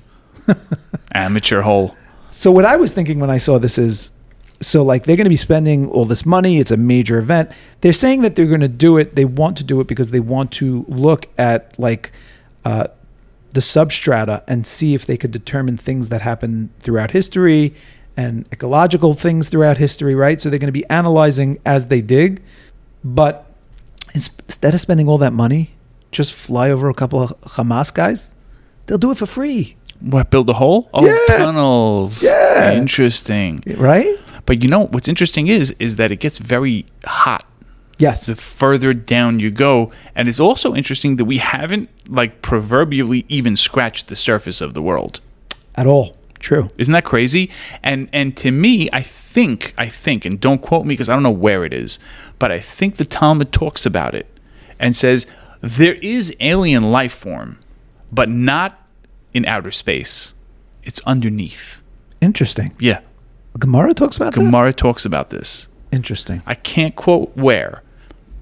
Speaker 1: Amateur hole.
Speaker 2: So what I was thinking when I saw this is, so like they're going to be spending all this money. It's a major event. They're saying that they're going to do it. They want to do it because they want to look at like uh, the substrata and see if they could determine things that happen throughout history and ecological things throughout history, right? So they're going to be analyzing as they dig. But ins- instead of spending all that money, just fly over a couple of Hamas guys, they'll do it for free,
Speaker 1: What, build a hole? Oh,
Speaker 2: Yeah.
Speaker 1: tunnels.
Speaker 2: Yeah.
Speaker 1: Interesting.
Speaker 2: right?
Speaker 1: But you know what's interesting is is that it gets very hot
Speaker 2: Yes.
Speaker 1: the further down you go, and it's also interesting that we haven't like proverbially even scratched the surface of the world.
Speaker 2: At all. True.
Speaker 1: Isn't that crazy? And and to me, I think I think, and don't quote me because I don't know where it is, but I think the Talmud talks about it and says there is alien life form, but not in outer space. It's underneath.
Speaker 2: Interesting.
Speaker 1: Yeah,
Speaker 2: Gemara talks about that?
Speaker 1: Gemara talks about this.
Speaker 2: Interesting.
Speaker 1: I can't quote where,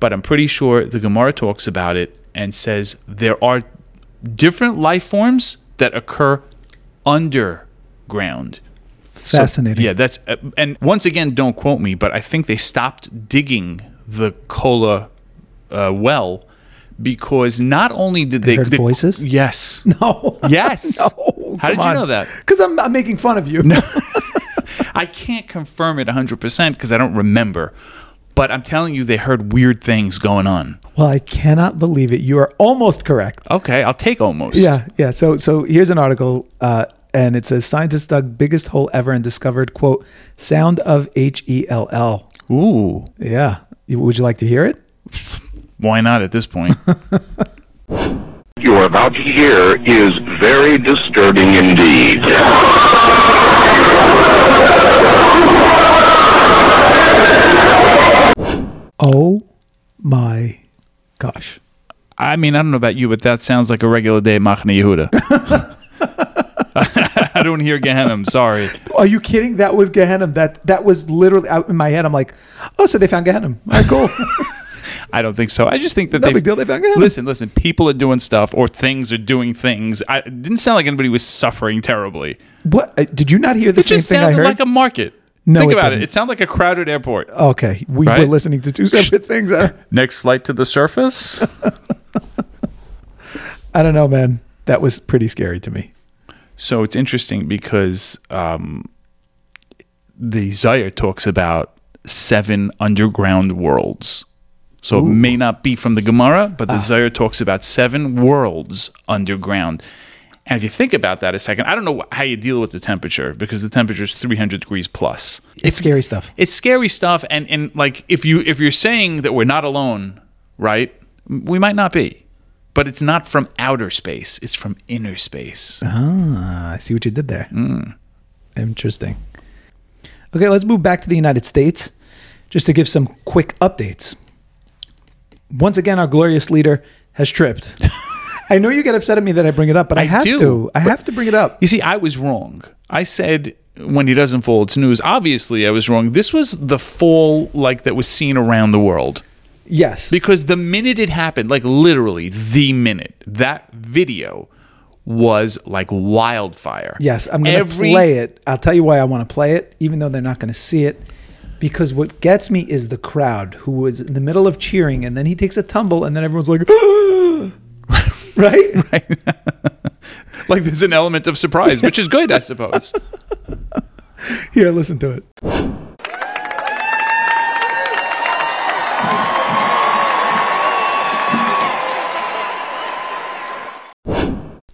Speaker 1: but I'm pretty sure the Gemara talks about it and says there are different life forms that occur underground. So-
Speaker 2: Fascinating.
Speaker 1: yeah, that's uh, and once again, don't quote me, but I think they stopped digging the cola uh, well because not only did they,
Speaker 2: heard
Speaker 1: the-
Speaker 2: voices?
Speaker 1: yes,
Speaker 2: No.
Speaker 1: yes.
Speaker 2: Oh, no.
Speaker 1: How did you know that?
Speaker 2: Because I'm, I'm making fun of you. No.
Speaker 1: I can't confirm it 100% because I don't remember, but I'm telling you, they heard weird things going on.
Speaker 2: Well, I cannot believe it. You are almost correct.
Speaker 1: Okay, I'll take almost.
Speaker 2: Yeah, yeah. So, so here's an article, uh, and it says scientists dug biggest hole ever and discovered quote sound of H E L L.
Speaker 1: Ooh,
Speaker 2: Yeah. You- Would you like to hear it?
Speaker 1: why not at this point?
Speaker 3: What you are about to hear is very disturbing indeed.
Speaker 2: Oh my gosh.
Speaker 1: I mean, I don't know about you, but that sounds like a regular day at Machne Yehuda. I don't hear Gehenna. Sorry.
Speaker 2: Are you kidding? That was Gehenna. That that was literally out in my head. I'm like, oh, so they found Gehenna. All right, cool.
Speaker 1: I don't think so. I just think that
Speaker 2: No
Speaker 1: they
Speaker 2: big deal, they found Gehenna.
Speaker 1: Listen, listen. People are doing stuff, or things are doing things. I, it didn't sound like anybody was suffering terribly.
Speaker 2: what? Uh, Did you not hear the
Speaker 1: It
Speaker 2: same
Speaker 1: just
Speaker 2: thing I
Speaker 1: sounded
Speaker 2: heard?
Speaker 1: like a market.
Speaker 2: No,
Speaker 1: Think
Speaker 2: it
Speaker 1: about it.
Speaker 2: didn't.
Speaker 1: It sounded like a crowded airport.
Speaker 2: okay, we were
Speaker 1: Right?
Speaker 2: listening to two separate things. I
Speaker 1: Next flight to the surface.
Speaker 2: I don't know, man. That was pretty scary to me.
Speaker 1: So it's interesting because um, the Zayar talks about seven underground worlds. So it may not be from the Gemara, but the Zayar talks about seven worlds underground. And if you think about that a second, I don't know wh- how you deal with the temperature because the temperature is 300 degrees plus.
Speaker 2: It's scary stuff.
Speaker 1: It's scary stuff. And, and like if you if you're saying that we're not alone, right? m- We might not be, but it's not from outer space. It's from inner space.
Speaker 2: Ah, I see what you did there. Interesting. Okay, let's move back to the United States just to give some quick updates. Once again, our glorious leader has tripped. I know you get upset at me that I bring it up, but I,
Speaker 1: I
Speaker 2: have
Speaker 1: do,
Speaker 2: to. I have to bring it up.
Speaker 1: You see, I was wrong. I said when he doesn't fall, it's news. Obviously, I was wrong. This was the fall like that was seen around the world
Speaker 2: Yes.
Speaker 1: because the minute it happened, like literally the minute that video was like wildfire.
Speaker 2: Yes, I'm going to
Speaker 1: Every-
Speaker 2: play it. I'll tell you why I want to play it, even though they're not going to see it. Because what gets me is the crowd who was in the middle of cheering, and then he takes a tumble, and then everyone's like, right?
Speaker 1: Like there's an element of surprise, which is good, I suppose.
Speaker 2: Here, listen to it.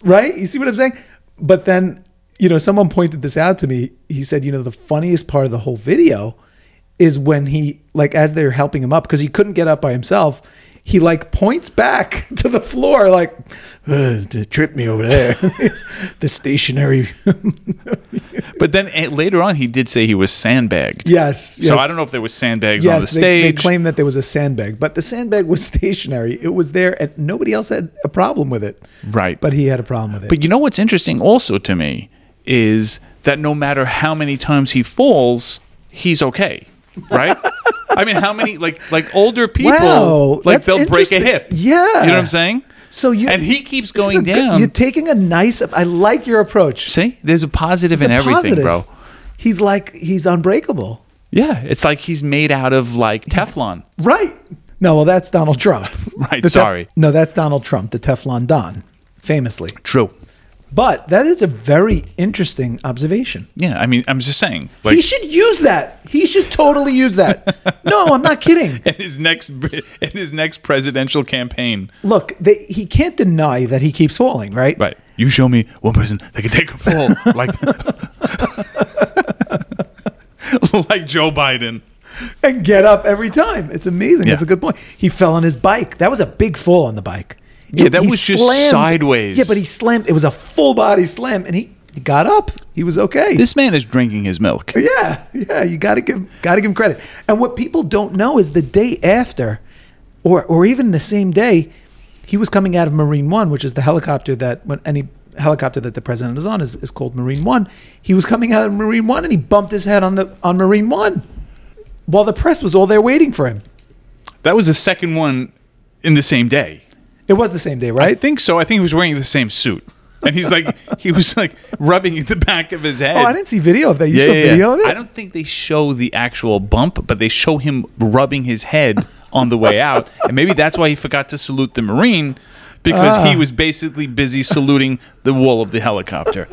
Speaker 2: Right? You see what I'm saying? But then, you know, someone pointed this out to me. He said, you know, the funniest part of the whole video is when he, like, as they're helping him up, because he couldn't get up by himself, he, like, points back to the floor, like, "Ugh, they tripped me over there. the stationary.
Speaker 1: But then eh, later on, he did say he was sandbagged.
Speaker 2: yes, yes.
Speaker 1: So I don't know if there was sandbags on the
Speaker 2: Yes, they,
Speaker 1: stage.
Speaker 2: they claimed that there was a sandbag, but the sandbag was stationary. It was there, and nobody else had a problem with it.
Speaker 1: Right.
Speaker 2: But he had a problem with it.
Speaker 1: But you know what's interesting also to me is that no matter how many times he falls, he's okay, right? I mean, how many like like older people
Speaker 2: Wow,
Speaker 1: like
Speaker 2: that's
Speaker 1: they'll break a
Speaker 2: interesting.
Speaker 1: hip?
Speaker 2: Yeah.
Speaker 1: you know what I'm saying.
Speaker 2: so you
Speaker 1: and he keeps
Speaker 2: this is
Speaker 1: going
Speaker 2: a good-
Speaker 1: down.
Speaker 2: you're taking a nice. I like your approach.
Speaker 1: See, there's a positive
Speaker 2: It's
Speaker 1: in
Speaker 2: a
Speaker 1: everything,
Speaker 2: positive.
Speaker 1: bro.
Speaker 2: He's like he's unbreakable.
Speaker 1: Yeah, it's like he's made out of like Teflon.
Speaker 2: Right. No, well, that's Donald Trump.
Speaker 1: Right,
Speaker 2: The Tef-
Speaker 1: sorry.
Speaker 2: no, that's Donald Trump, the Teflon Don. famously.
Speaker 1: True.
Speaker 2: But that is a very interesting observation.
Speaker 1: Yeah, I mean, I'm just saying. Like
Speaker 2: he should use that. He should totally use that. no, I'm not kidding.
Speaker 1: in his next in his next presidential campaign,
Speaker 2: Look, they, he can't deny that he keeps falling, right?
Speaker 1: right? You show me one person that can take a fall like like Joe Biden.
Speaker 2: And get up every time. It's amazing.
Speaker 1: Yeah.
Speaker 2: That's a good point. He fell on his bike. That was a big fall on the bike.
Speaker 1: Yeah,
Speaker 2: He-
Speaker 1: that
Speaker 2: he
Speaker 1: was just sideways.
Speaker 2: Yeah, but he slammed. It was a full body slam, and he, he got up. He was okay.
Speaker 1: This man is drinking his milk.
Speaker 2: Yeah, yeah, you gotta give gotta give him credit. And what people don't know is the day after, or or even the same day, he was coming out of Marine One, which is the helicopter that when any helicopter that the president is on is, is called Marine One. He was coming out of Marine One and he bumped his head on the on Marine One while the press was all there waiting for him.
Speaker 1: That was the second one in the same day.
Speaker 2: It was the same day,
Speaker 1: I
Speaker 2: right?
Speaker 1: think so. I think he was wearing the same suit, and he's like he was like rubbing the back of his head.
Speaker 2: oh, I didn't see video of that. You
Speaker 1: Yeah,
Speaker 2: saw
Speaker 1: yeah, yeah.
Speaker 2: video of it?
Speaker 1: I don't think they show the actual bump, but they show him rubbing his head on the way out, and maybe that's why he forgot to salute the Marine because
Speaker 2: Ah.
Speaker 1: he was basically busy saluting the wall of the helicopter.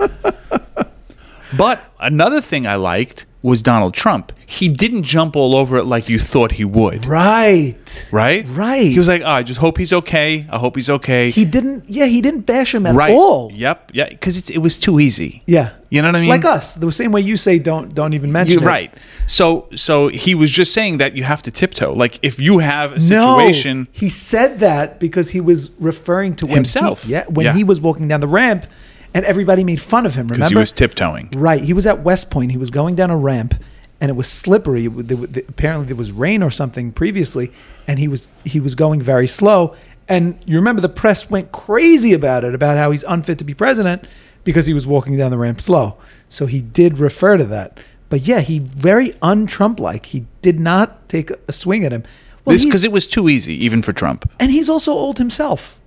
Speaker 1: but another thing I liked was Donald Trump. He didn't jump all over it like you thought he would.
Speaker 2: Right.
Speaker 1: Right?
Speaker 2: Right.
Speaker 1: He was like, oh, I just hope he's okay. I hope he's okay.
Speaker 2: He didn't yeah, he didn't bash him at
Speaker 1: right.
Speaker 2: all.
Speaker 1: Yep. Yeah. Because it was too easy.
Speaker 2: Yeah.
Speaker 1: You know what I mean?
Speaker 2: Like us, the same way you say don't don't even mention
Speaker 1: You're
Speaker 2: it.
Speaker 1: right. So so he was just saying that you have to tiptoe. Like if you have a situation,
Speaker 2: No, he said that because he was referring to when
Speaker 1: Himself.
Speaker 2: He, yeah, when
Speaker 1: Yeah.
Speaker 2: he was walking down the ramp, and everybody made fun of him.
Speaker 1: because
Speaker 2: Remember,
Speaker 1: he was tiptoeing.
Speaker 2: right? He was at West Point. He was going down a ramp, and it was slippery. It wa- there wa- the- apparently, there was rain or something previously, and he was he was going very slow. And you remember the press went crazy about it, about how he's unfit to be president because he was walking down the ramp slow. So he did refer to that. But yeah, he very un-Trump like. He did not take a- a swing at him. Well,
Speaker 1: This
Speaker 2: he's-
Speaker 1: because it was too easy, even for Trump.
Speaker 2: and he's also old himself.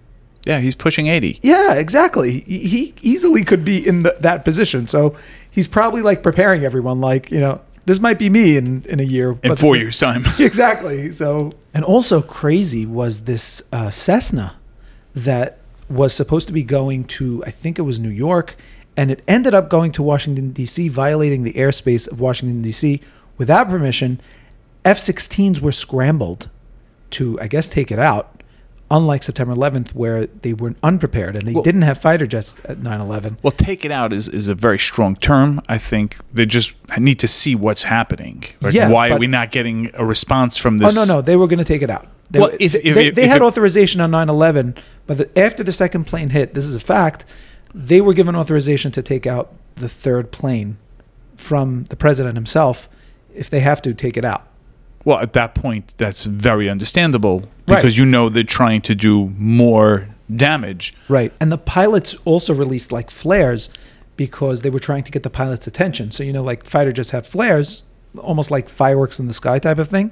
Speaker 1: Yeah, he's pushing eighty.
Speaker 2: Yeah, exactly. He, he easily could be in the, that position. So he's probably like preparing everyone, like you know, this might be me in in a year,
Speaker 1: In
Speaker 2: but-
Speaker 1: four years' time.
Speaker 2: exactly. So and also crazy was this uh, Cessna that was supposed to be going to I think it was New York, and it ended up going to Washington D.C., violating the airspace of Washington D.C. without permission. F-16s were scrambled to I guess take it out. Unlike September 11th, where they were unprepared and they
Speaker 1: Well-
Speaker 2: didn't have fighter jets at 9/11.
Speaker 1: well, take it out is, is a very strong term. I think they just need to see what's happening. Like,
Speaker 2: Yeah,
Speaker 1: why are
Speaker 2: but-
Speaker 1: we not getting a response from
Speaker 2: Oh
Speaker 1: this?
Speaker 2: no, no, they were going to take it out. They,
Speaker 1: Well, if-
Speaker 2: they,
Speaker 1: if-
Speaker 2: they-
Speaker 1: if-
Speaker 2: they
Speaker 1: if
Speaker 2: had
Speaker 1: it-
Speaker 2: authorization on 9/11, but the, after the second plane hit, this is a fact. They were given authorization to take out the third plane from the president himself, if they have to take it out.
Speaker 1: Well, at that point, that's very understandable
Speaker 2: Right.
Speaker 1: because you know they're trying to do more damage.
Speaker 2: Right. And the pilots also released like flares because they were trying to get the pilots' attention. So, you know, like fighter jets have flares, almost like fireworks in the sky type of thing.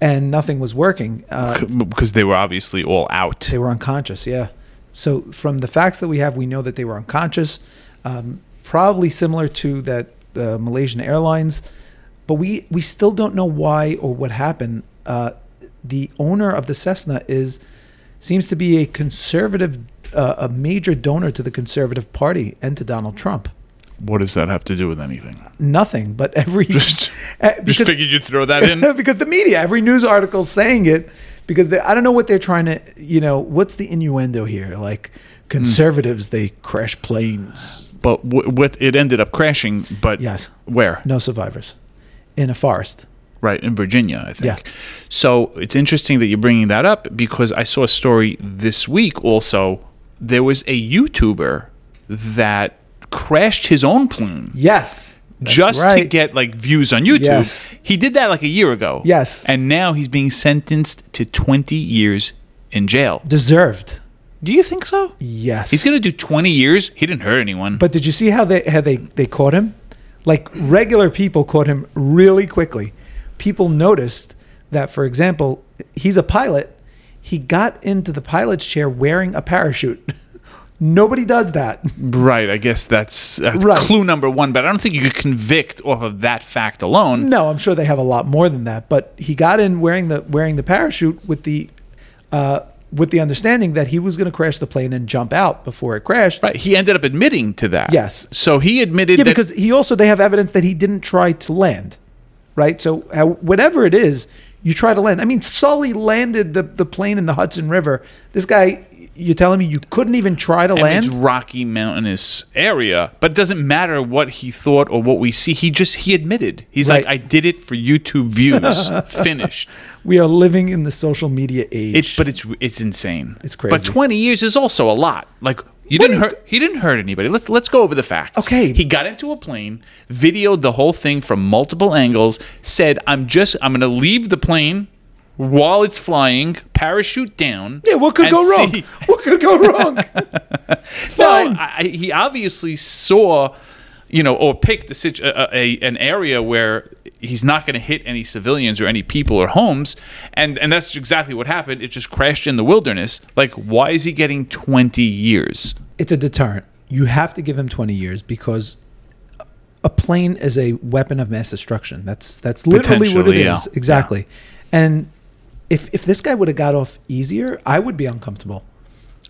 Speaker 2: And nothing was working. Uh,
Speaker 1: c- Because they were obviously all out.
Speaker 2: They were unconscious, yeah. So from the facts that we have, we know that they were unconscious, um, probably similar to that uh, Malaysian Airlines, but we we still don't know why or what happened. Uh, the owner of the Cessna is seems to be a conservative, uh, a major donor to the conservative party and to Donald Trump.
Speaker 1: What does that have to do with anything?
Speaker 2: Nothing, but every
Speaker 1: Just-
Speaker 2: uh,
Speaker 1: Just
Speaker 2: because-
Speaker 1: figured you'd throw that in.
Speaker 2: because the media, every news article's saying it. Because they, I don't know what they're trying to, you know, what's the innuendo here? Like
Speaker 1: Hmm.
Speaker 2: conservatives, they crash planes.
Speaker 1: But w- what it ended up crashing, but
Speaker 2: Yes.
Speaker 1: where?
Speaker 2: No survivors in a forest.
Speaker 1: Right in Virginia, I think.
Speaker 2: Yeah.
Speaker 1: So it's interesting that you're bringing that up because I saw a story this week. Also, there was a YouTuber that crashed his own plane
Speaker 2: Yes, That's
Speaker 1: just to
Speaker 2: right.
Speaker 1: get like views on YouTube.
Speaker 2: Yes.
Speaker 1: He did that like a year ago.
Speaker 2: Yes.
Speaker 1: And now he's being sentenced to 20 years in jail.
Speaker 2: deserved.
Speaker 1: Do you think so?
Speaker 2: Yes,
Speaker 1: He's going to do 20 years. He didn't hurt anyone.
Speaker 2: But did you see how they how they they caught him? Like regular people caught him really quickly. People noticed that, for example, he's a pilot. He got into the pilot's chair wearing a parachute. Nobody does that.
Speaker 1: Right, I guess that's, that's
Speaker 2: Right.
Speaker 1: clue number one, but I don't think you could convict off of that fact alone.
Speaker 2: No, I'm sure they have a lot more than that. But he got in wearing the wearing the parachute with the uh, with the understanding that he was going to crash the plane and jump out before it crashed.
Speaker 1: Right. He ended up admitting to that.
Speaker 2: Yes.
Speaker 1: So he admitted
Speaker 2: Yeah,
Speaker 1: that
Speaker 2: because he also they have evidence that he didn't try to land, right? So how, whatever it is, you try to land. I mean, Sully landed the, the plane in the Hudson River. This guy, you're telling me you couldn't even try to
Speaker 1: and
Speaker 2: land?
Speaker 1: it's rocky mountainous area, but it doesn't matter what he thought or what we see. He just he admitted. He's like, I
Speaker 2: Right.
Speaker 1: did it for YouTube views. Finished.
Speaker 2: We are living in the social media age.
Speaker 1: It's but it's it's insane.
Speaker 2: It's
Speaker 1: But
Speaker 2: crazy.
Speaker 1: twenty years is also a lot. Like you
Speaker 2: What
Speaker 1: didn't
Speaker 2: do you-
Speaker 1: hurt. He didn't hurt anybody. Let's let's go over the facts.
Speaker 2: Okay.
Speaker 1: He got into a plane, videoed the whole thing from multiple angles. Said, "I'm just I'm going to leave the plane." While it's flying, parachute down.
Speaker 2: yeah, what could
Speaker 1: and
Speaker 2: go wrong?
Speaker 1: see-
Speaker 2: What could go wrong? it's fine.
Speaker 1: No, I, I- he obviously saw, you know, or picked a, situ- a, a an area where he's not going to hit any civilians or any people or homes, and and that's exactly what happened. It just crashed in the wilderness. Like, why is he getting twenty years?
Speaker 2: it's a deterrent. You have to give him 20 years because a plane is a weapon of mass destruction. That's that's literally what it
Speaker 1: Potentially,
Speaker 2: is.
Speaker 1: yeah.
Speaker 2: Exactly. And if if this guy would have got off easier, I would be uncomfortable.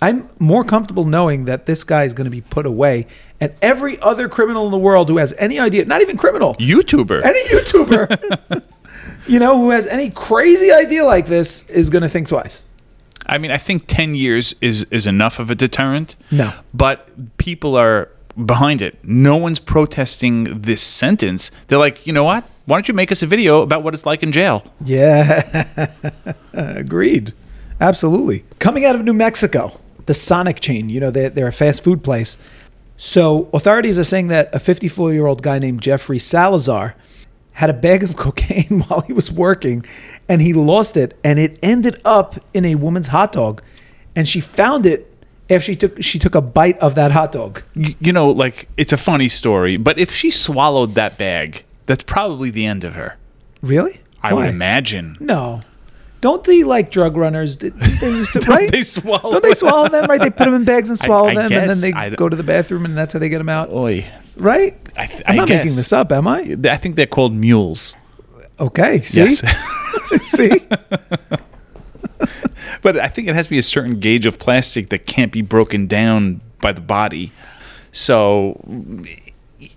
Speaker 2: I'm more comfortable knowing that this guy is going to be put away and every other criminal in the world who has any idea, not even criminal,
Speaker 1: YouTuber.
Speaker 2: any YouTuber, you know, who has any crazy idea like this is going to think twice.
Speaker 1: I mean, I think ten years is is enough of a deterrent.
Speaker 2: No.
Speaker 1: but people are behind it. No one's protesting this sentence. They're like, you know what? Why don't you make us a video about what it's like in jail?
Speaker 2: Yeah. Agreed. Absolutely. Coming out of New Mexico, the Sonic chain, you know, they're, they're a fast food place. So authorities are saying that a 54 year old guy named Jeffrey Salazar had a bag of cocaine while he was working and he lost it and it ended up in a woman's hot dog and she found it after she took she took a bite of that hot dog.
Speaker 1: y- you know, like it's a funny story, but if she swallowed that bag, that's probably the end of her.
Speaker 2: Really?
Speaker 1: I
Speaker 2: Why?
Speaker 1: would imagine.
Speaker 2: No. Don't they like drug runners? Did, did they used to, right?
Speaker 1: they swallow
Speaker 2: Don't they swallow them? Right? They put them in bags and
Speaker 1: I-
Speaker 2: swallow
Speaker 1: I
Speaker 2: them, and
Speaker 1: guess.
Speaker 2: then they
Speaker 1: I d-
Speaker 2: go to the bathroom, and that's how they get them out.
Speaker 1: Oi,
Speaker 2: Right?
Speaker 1: I th-
Speaker 2: I'm
Speaker 1: I
Speaker 2: not making
Speaker 1: guess.
Speaker 2: this up, am I?
Speaker 1: I think they're called mules.
Speaker 2: Okay. See, see,
Speaker 1: but I think it has to be a certain gauge of plastic that can't be broken down by the body. So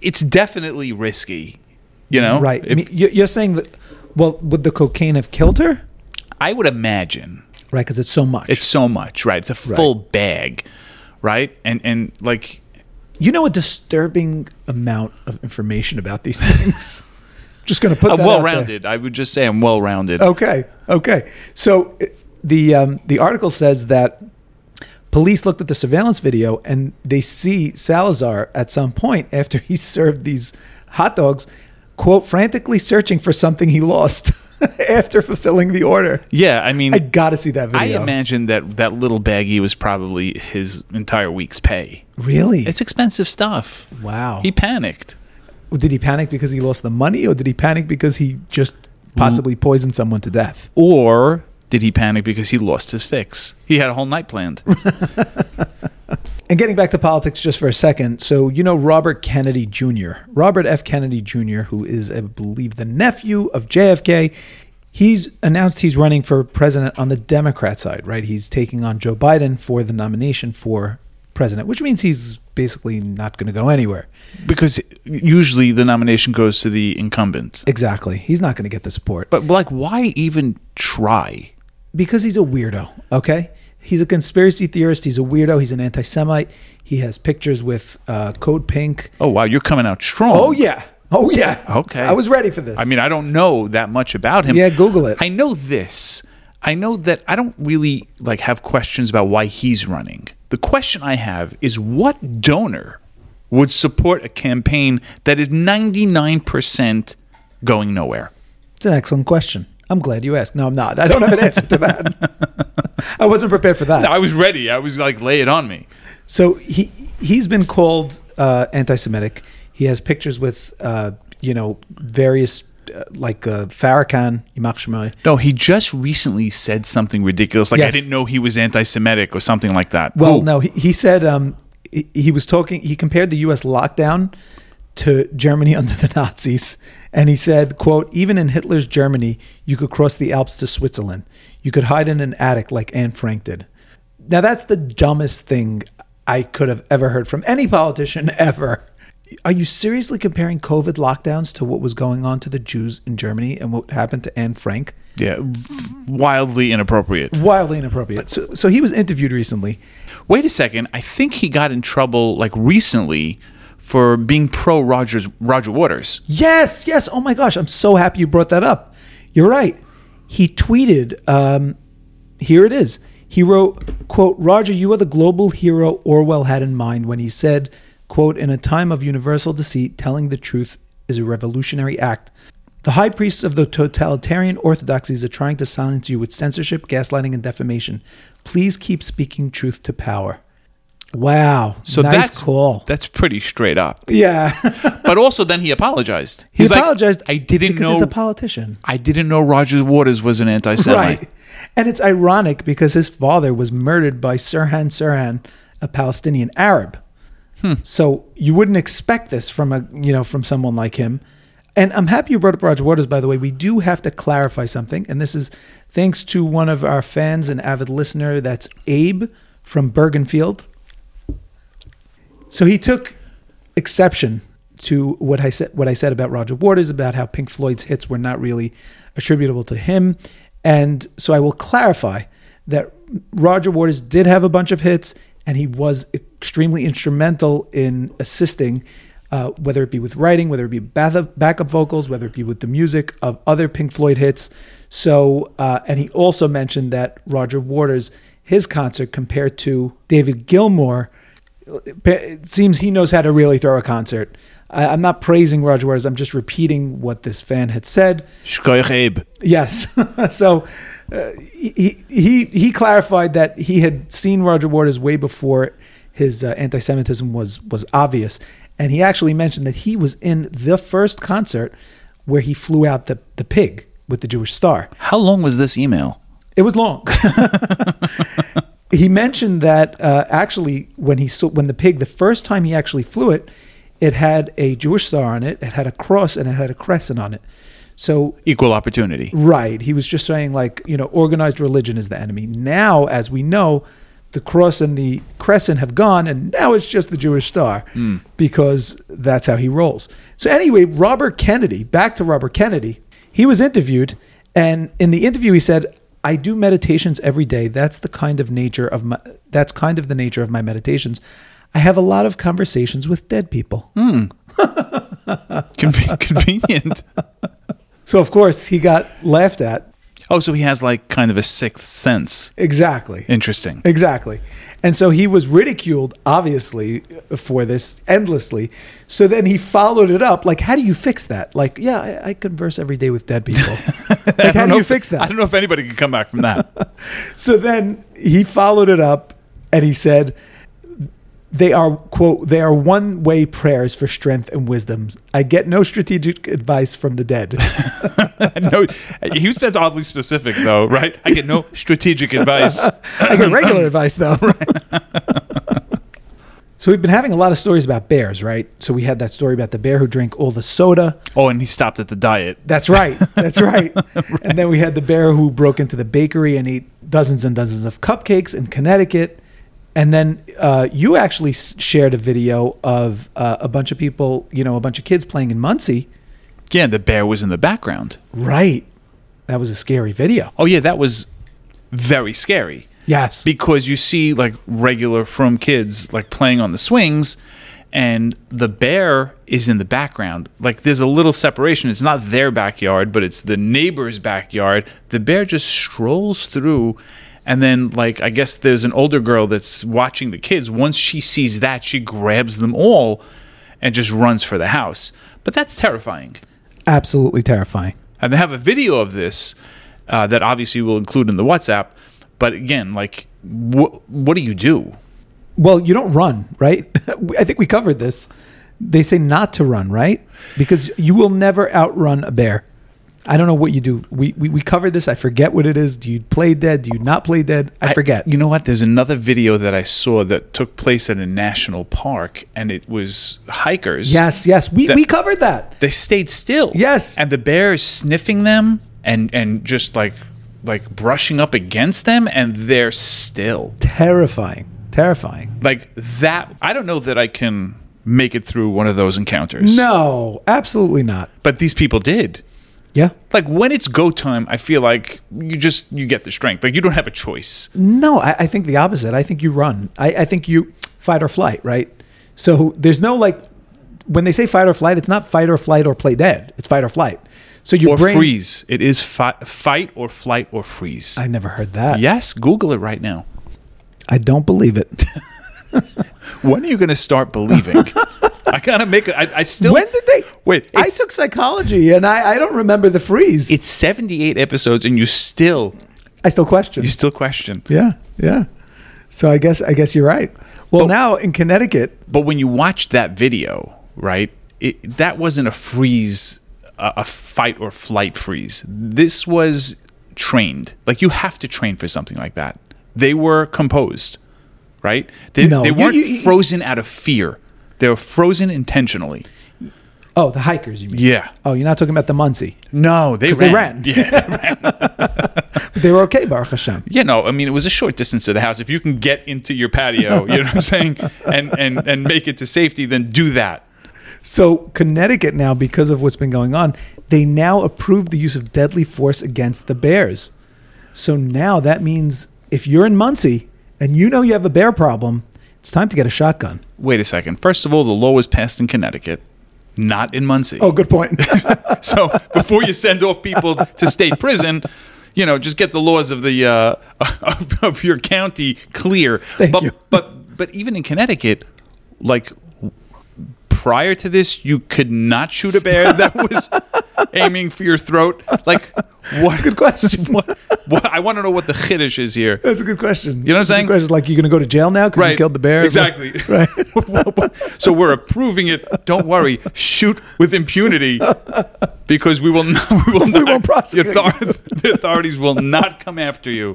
Speaker 1: it's definitely risky. You know,
Speaker 2: right? I
Speaker 1: If-
Speaker 2: mean, you- you're saying that? Well, would the cocaine have killed her?
Speaker 1: I would imagine
Speaker 2: Right? Because it's so much.
Speaker 1: it's so much, right? It's a full bag, right? And and like
Speaker 2: you know a disturbing amount of information about these things. Just going to put
Speaker 1: I'm
Speaker 2: that out there.
Speaker 1: Uh,
Speaker 2: Oh.
Speaker 1: well rounded. I would just say I'm well rounded.
Speaker 2: Okay. Okay. So it- the um, the article says that police looked at the surveillance video and they see Salazar at some point after he served these hot dogs, quote, frantically searching for something he lost after fulfilling the order.
Speaker 1: Yeah, I mean,
Speaker 2: I
Speaker 1: I,
Speaker 2: gotta see that video.
Speaker 1: imagine that that little baggie was probably his entire week's pay.
Speaker 2: Really?
Speaker 1: It's expensive stuff.
Speaker 2: wow.
Speaker 1: He panicked.
Speaker 2: did he panic because he lost the money, or did he panic because he just possibly poisoned someone to death?
Speaker 1: Or did he panic because he lost his fix? He had a whole night planned.
Speaker 2: And getting back to politics just for a second, so you know Robert Kennedy Jr., Robert F. Kennedy Jr., who is, I believe, the nephew of JFK, he's announced he's running for president on the Democrat side, right? He's taking on Joe Biden for the nomination for president, which means he's basically not going to go anywhere.
Speaker 1: because usually the nomination goes to the incumbent.
Speaker 2: Exactly. He's not going to get the support.
Speaker 1: But like, why even try?
Speaker 2: because he's a weirdo. Okay, he's a conspiracy theorist. He's a weirdo. He's an anti-Semite. He has pictures with uh, Code Pink.
Speaker 1: Oh wow, you're coming out strong.
Speaker 2: Oh yeah. Oh yeah.
Speaker 1: Okay.
Speaker 2: I was ready for this.
Speaker 1: I mean, I don't know that much about him.
Speaker 2: Yeah, Google it.
Speaker 1: I know this. I know that I don't really like have questions about why he's running. The question I have is what donor would support a campaign that is 99% going nowhere?
Speaker 2: It's an excellent question. I'm glad you asked. No, I'm not. I don't have an answer to that. I wasn't prepared for that.
Speaker 1: No, I was ready. I was like, lay it on me.
Speaker 2: So he he's been called uh, anti-Semitic. He has pictures with uh, you know various uh, like uh, Farrakhan, Yamach Shemai.
Speaker 1: No, he just recently said something ridiculous. Like, I
Speaker 2: Yes.
Speaker 1: didn't know he was anti Semitic or something like that.
Speaker 2: Well,
Speaker 1: Who?
Speaker 2: no, he, he said um, he, he was talking. He compared the U.S. lockdown to Germany under the Nazis, and he said, "quote Even in Hitler's Germany, you could cross the Alps to Switzerland. You could hide in an attic like Anne Frank did. Now that's the dumbest thing I could have ever heard from any politician ever. Are you seriously comparing COVID lockdowns to what was going on to the Jews in Germany and what happened to Anne Frank?
Speaker 1: Yeah, wildly inappropriate.
Speaker 2: Wildly inappropriate. So, so he was interviewed recently.
Speaker 1: Wait a second. I think he got in trouble like recently for being pro Rogers Roger Waters.
Speaker 2: Yes, yes. Oh my gosh, I'm so happy you brought that up. You're right. He tweeted, um, here it is. He wrote, quote, Roger, you are the global hero Orwell had in mind when he said, quote, in a time of universal deceit, telling the truth is a revolutionary act. The high priests of the totalitarian orthodoxies are trying to silence you with censorship, gaslighting, and defamation. Please keep speaking truth to power. Wow.
Speaker 1: So
Speaker 2: nice
Speaker 1: that's
Speaker 2: call.
Speaker 1: That's pretty straight up.
Speaker 2: yeah.
Speaker 1: But also, then he apologized.
Speaker 2: He
Speaker 1: He's like,
Speaker 2: apologized.
Speaker 1: I didn't
Speaker 2: because
Speaker 1: know.
Speaker 2: he's a politician,
Speaker 1: I didn't know Roger Waters was an anti-Semite.
Speaker 2: right? And it's ironic because his father was murdered by Sirhan Sirhan, a Palestinian Arab. So you wouldn't expect this from a you know from someone like him. And I'm happy you brought up Roger Waters. By the way, we do have to clarify something, and this is thanks to one of our fans and avid listener. That's Abe from Bergenfield. So he took exception to what I said what I said about Roger Waters about how Pink Floyd's hits were not really attributable to him. And so I will clarify that Roger Waters did have a bunch of hits and he was extremely instrumental in assisting uh, whether it be with writing, whether it be bath- backup vocals, whether it be with the music of other Pink Floyd hits. So, uh, and he also mentioned that Roger Waters, his concert compared to David Gilmour, it seems he knows how to really throw a concert. I, I'm not praising Roger Waters. I'm just repeating what this fan had said.
Speaker 1: Shkoyach Abe.
Speaker 2: Yes. so uh, he, he he clarified that he had seen Roger Waters way before his uh, anti-Semitism was was obvious, and he actually mentioned that he was in the first concert where he flew out the the pig with the Jewish star.
Speaker 1: How long was this email?
Speaker 2: It was long. he mentioned that uh, actually, when he saw, when the pig, the first time he actually flew it, it had a Jewish star on it, it had a cross, and it had a crescent on it. So
Speaker 1: Equal opportunity.
Speaker 2: Right. He was just saying like, you know, organized religion is the enemy. Now, as we know, the cross and the crescent have gone, and now it's just the Jewish star because that's how he rolls. So anyway, Robert Kennedy, back to Robert Kennedy, he was interviewed, and in the interview he said, I do meditations every day. That's the kind of nature of my that's kind of the nature of my meditations. I have a lot of conversations with dead people.
Speaker 1: Con- convenient.
Speaker 2: So of course he got laughed at.
Speaker 1: Oh, so he has like kind of a sixth sense.
Speaker 2: Exactly.
Speaker 1: Interesting.
Speaker 2: Exactly. And so he was ridiculed, obviously, for this endlessly. So then he followed it up. Like, how do you fix that? Like, yeah, I, I converse every day with dead people. like, how do you fix
Speaker 1: I
Speaker 2: that?
Speaker 1: don't know if anybody can come back from that.
Speaker 2: So then he followed it up and he said, they are quote they are one way prayers for strength and wisdom i get no strategic advice from the dead
Speaker 1: no, he was, that's oddly specific though, right? I get no strategic advice.
Speaker 2: i get regular advice though so we've been having a lot of stories about bears right so we had that story about the bear who drank all the soda
Speaker 1: Oh, and he stopped at the diet.
Speaker 2: That's right. That's right. And then we had the bear who broke into the bakery and ate dozens and dozens of cupcakes in Connecticut. And then uh, you actually s- shared a video of uh, a bunch of people, you know, a bunch of kids playing in Muncie.
Speaker 1: Yeah, the bear was in the background.
Speaker 2: Right. That was a scary video.
Speaker 1: Oh yeah, that was very scary.
Speaker 2: Yes.
Speaker 1: because you see like regular from kids like playing on the swings and the bear is in the background like there's a little separation it's not their backyard but it's the neighbor's backyard the bear just strolls through and then like i guess there's an older girl that's watching the kids once she sees that she grabs them all and just runs for the house but that's terrifying
Speaker 2: Absolutely terrifying.
Speaker 1: and they have a video of this uh, that obviously we'll include in the WhatsApp. But again, like, wh- what do you do?
Speaker 2: Well, you don't run, right? I think we covered this. They say not to run, right? Because you will never outrun a bear. I don't know what you do. We, we, we covered this. I forget what it is. Do you play dead? Do you not play dead? I, forget.
Speaker 1: You know what? There's another video that I saw that took place at a national park, and it was hikers.
Speaker 2: Yes, yes. We,
Speaker 1: That-
Speaker 2: we covered that.
Speaker 1: They stayed still.
Speaker 2: Yes.
Speaker 1: And the bear is sniffing them and, and just like like brushing up against them and they're still
Speaker 2: Terrifying. Terrifying.
Speaker 1: like that i don't know that i can make it through one of those encounters
Speaker 2: No, absolutely not.
Speaker 1: but these people did
Speaker 2: Yeah.
Speaker 1: like when it's go time i feel like you just you get the strength like you don't have a choice
Speaker 2: No, I, I think the opposite. I think you run. I, I think you fight or flight, right? So there's no like when they say fight or flight, it's not fight or flight or play dead. It's fight or flight. So your
Speaker 1: or
Speaker 2: brain
Speaker 1: freeze it is fi- fight or flight or freeze
Speaker 2: I never heard that.
Speaker 1: yes google it right now
Speaker 2: I don't believe it.
Speaker 1: when are you going to start believing i gotta make a, I, I still
Speaker 2: when did they
Speaker 1: wait
Speaker 2: I
Speaker 1: it's,
Speaker 2: took psychology and I, I don't remember the freeze.
Speaker 1: it's 78 episodes and you still
Speaker 2: I still question.
Speaker 1: you still question
Speaker 2: yeah, yeah. So I guess I guess you're right. Well
Speaker 1: But-
Speaker 2: now in Connecticut
Speaker 1: but when you watched that video, right? It, that wasn't a freeze, a, a fight or flight freeze. This was trained. Like you have to train for something like that. They were composed, right? They,
Speaker 2: No,
Speaker 1: they
Speaker 2: you-
Speaker 1: weren't
Speaker 2: you- you-
Speaker 1: frozen out of fear. They were frozen intentionally.
Speaker 2: Oh, the hikers you mean.
Speaker 1: Yeah.
Speaker 2: Oh, you're not talking about the Muncie.
Speaker 1: No, they
Speaker 2: they
Speaker 1: ran.
Speaker 2: ran.
Speaker 1: Yeah.
Speaker 2: But they were okay, Baruch Hashem.
Speaker 1: yeah, no, I mean, it was a short distance to the house. If you can get into your patio, you know what I'm saying, and, and, and make it to safety, then do that.
Speaker 2: So Connecticut now, because of what's been going on, they now approve the use of deadly force against the bears. So now that means if you're in Muncie and you know you have a bear problem, it's time to get a shotgun.
Speaker 1: Wait a second. First of all, the law was passed in Connecticut, not in Muncie.
Speaker 2: Oh, good point.
Speaker 1: So before you send off people to state prison, you know, just get the laws of the uh, of, of your county clear.
Speaker 2: Thank
Speaker 1: but,
Speaker 2: you.
Speaker 1: but but even in Connecticut, like prior to this, you could not shoot a bear that was aiming for your throat. Like what? That's a
Speaker 2: good question.
Speaker 1: What, what, I want to know what the chiddush is here.
Speaker 2: That's a good question.
Speaker 1: You know what I'm
Speaker 2: That's a good
Speaker 1: saying?
Speaker 2: Question. Like you're gonna go to jail now because you killed the bear.
Speaker 1: Exactly.
Speaker 2: Right.
Speaker 1: so we're approving it. Don't worry. Shoot with impunity because we will not. We, will not,
Speaker 2: won't prosecute
Speaker 1: the, author- the authorities will not come after you.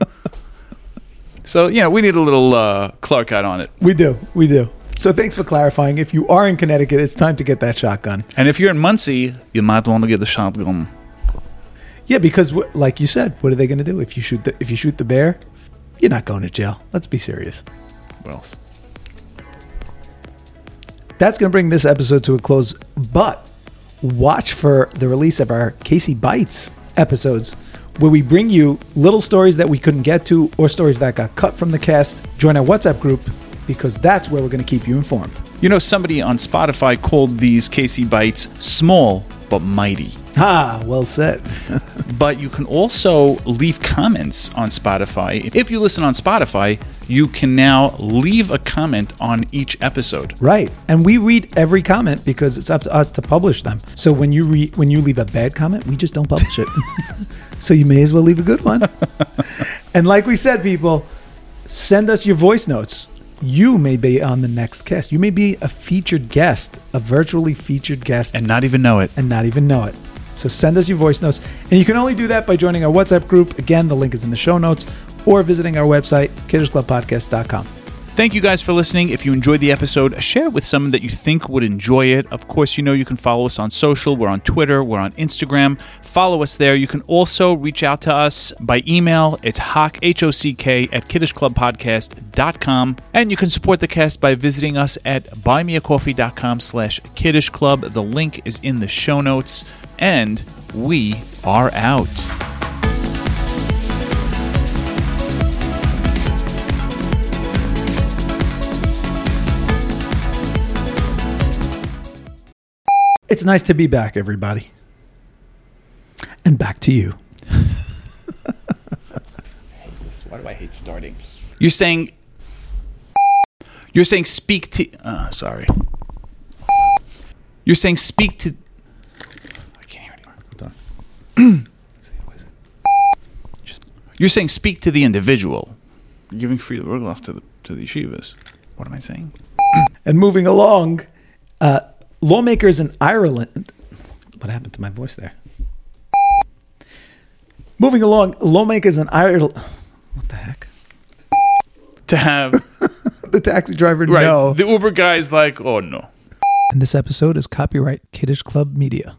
Speaker 1: So, you know, we need a little uh, Clark out on it.
Speaker 2: we do. We do. So thanks for clarifying. If you are in Connecticut, it's time to get that shotgun.
Speaker 1: And if you're in Muncie, you might want to get the shotgun.
Speaker 2: Yeah, because wh- like you said, what are they gonna do if you shoot the if you shoot the bear? You're not going to jail. Let's be serious.
Speaker 1: What else?
Speaker 2: That's going to bring this episode to a close, but watch for the release of our Casey Bites episodes, where we bring you little stories that we couldn't get to or stories that got cut from the cast. Join our WhatsApp group because that's where we're going to keep you informed.
Speaker 1: You know, somebody on Spotify called these Casey Bites small but mighty.
Speaker 2: Ah, well said.
Speaker 1: But you can also leave comments on Spotify. If you listen on Spotify, you can now leave a comment on each episode.
Speaker 2: right. And we read every comment because it's up to us to publish them. So when you re- when you leave a bad comment, we just don't publish it. so you may as well leave a good one. and like we said, people, send us your voice notes. You may be on the next cast. You may be a featured guest, a virtually featured guest,
Speaker 1: And not even know it.
Speaker 2: and not even know it. So send us your voice notes. And you can only do that by joining our WhatsApp group. Again, the link is in the show notes or visiting our website, kiddersclubpodcast.com.
Speaker 1: Thank you guys for listening. If you enjoyed the episode, share it with someone that you think would enjoy it. Of course, you know you can follow us on social. We're on Twitter, we're on Instagram. Follow us there. You can also reach out to us by email. It's hock, H O C K, at kiddishclubpodcast.com. And you can support the cast by visiting us at buymeacoffee.com slash kiddish club. The link is in the show notes. And we are out.
Speaker 2: It's nice to be back, everybody. And back to you.
Speaker 1: Why do I hate starting? You're saying. You're saying speak to. Uh, sorry. You're saying speak to. I can't hear anymore. Hold on. What is it? Just- You're saying speak to the individual. You're giving free ruloff to the to the yeshivas. What am I saying?
Speaker 2: And moving along, uh, lawmakers in Ireland. What happened to my voice there? Moving along, lawmakers in Ireland. What the heck?
Speaker 1: To have
Speaker 2: The taxi driver,
Speaker 1: right.
Speaker 2: no.
Speaker 1: The Uber guy's like, oh no.
Speaker 2: and this episode is copyright Kiddish Club Media.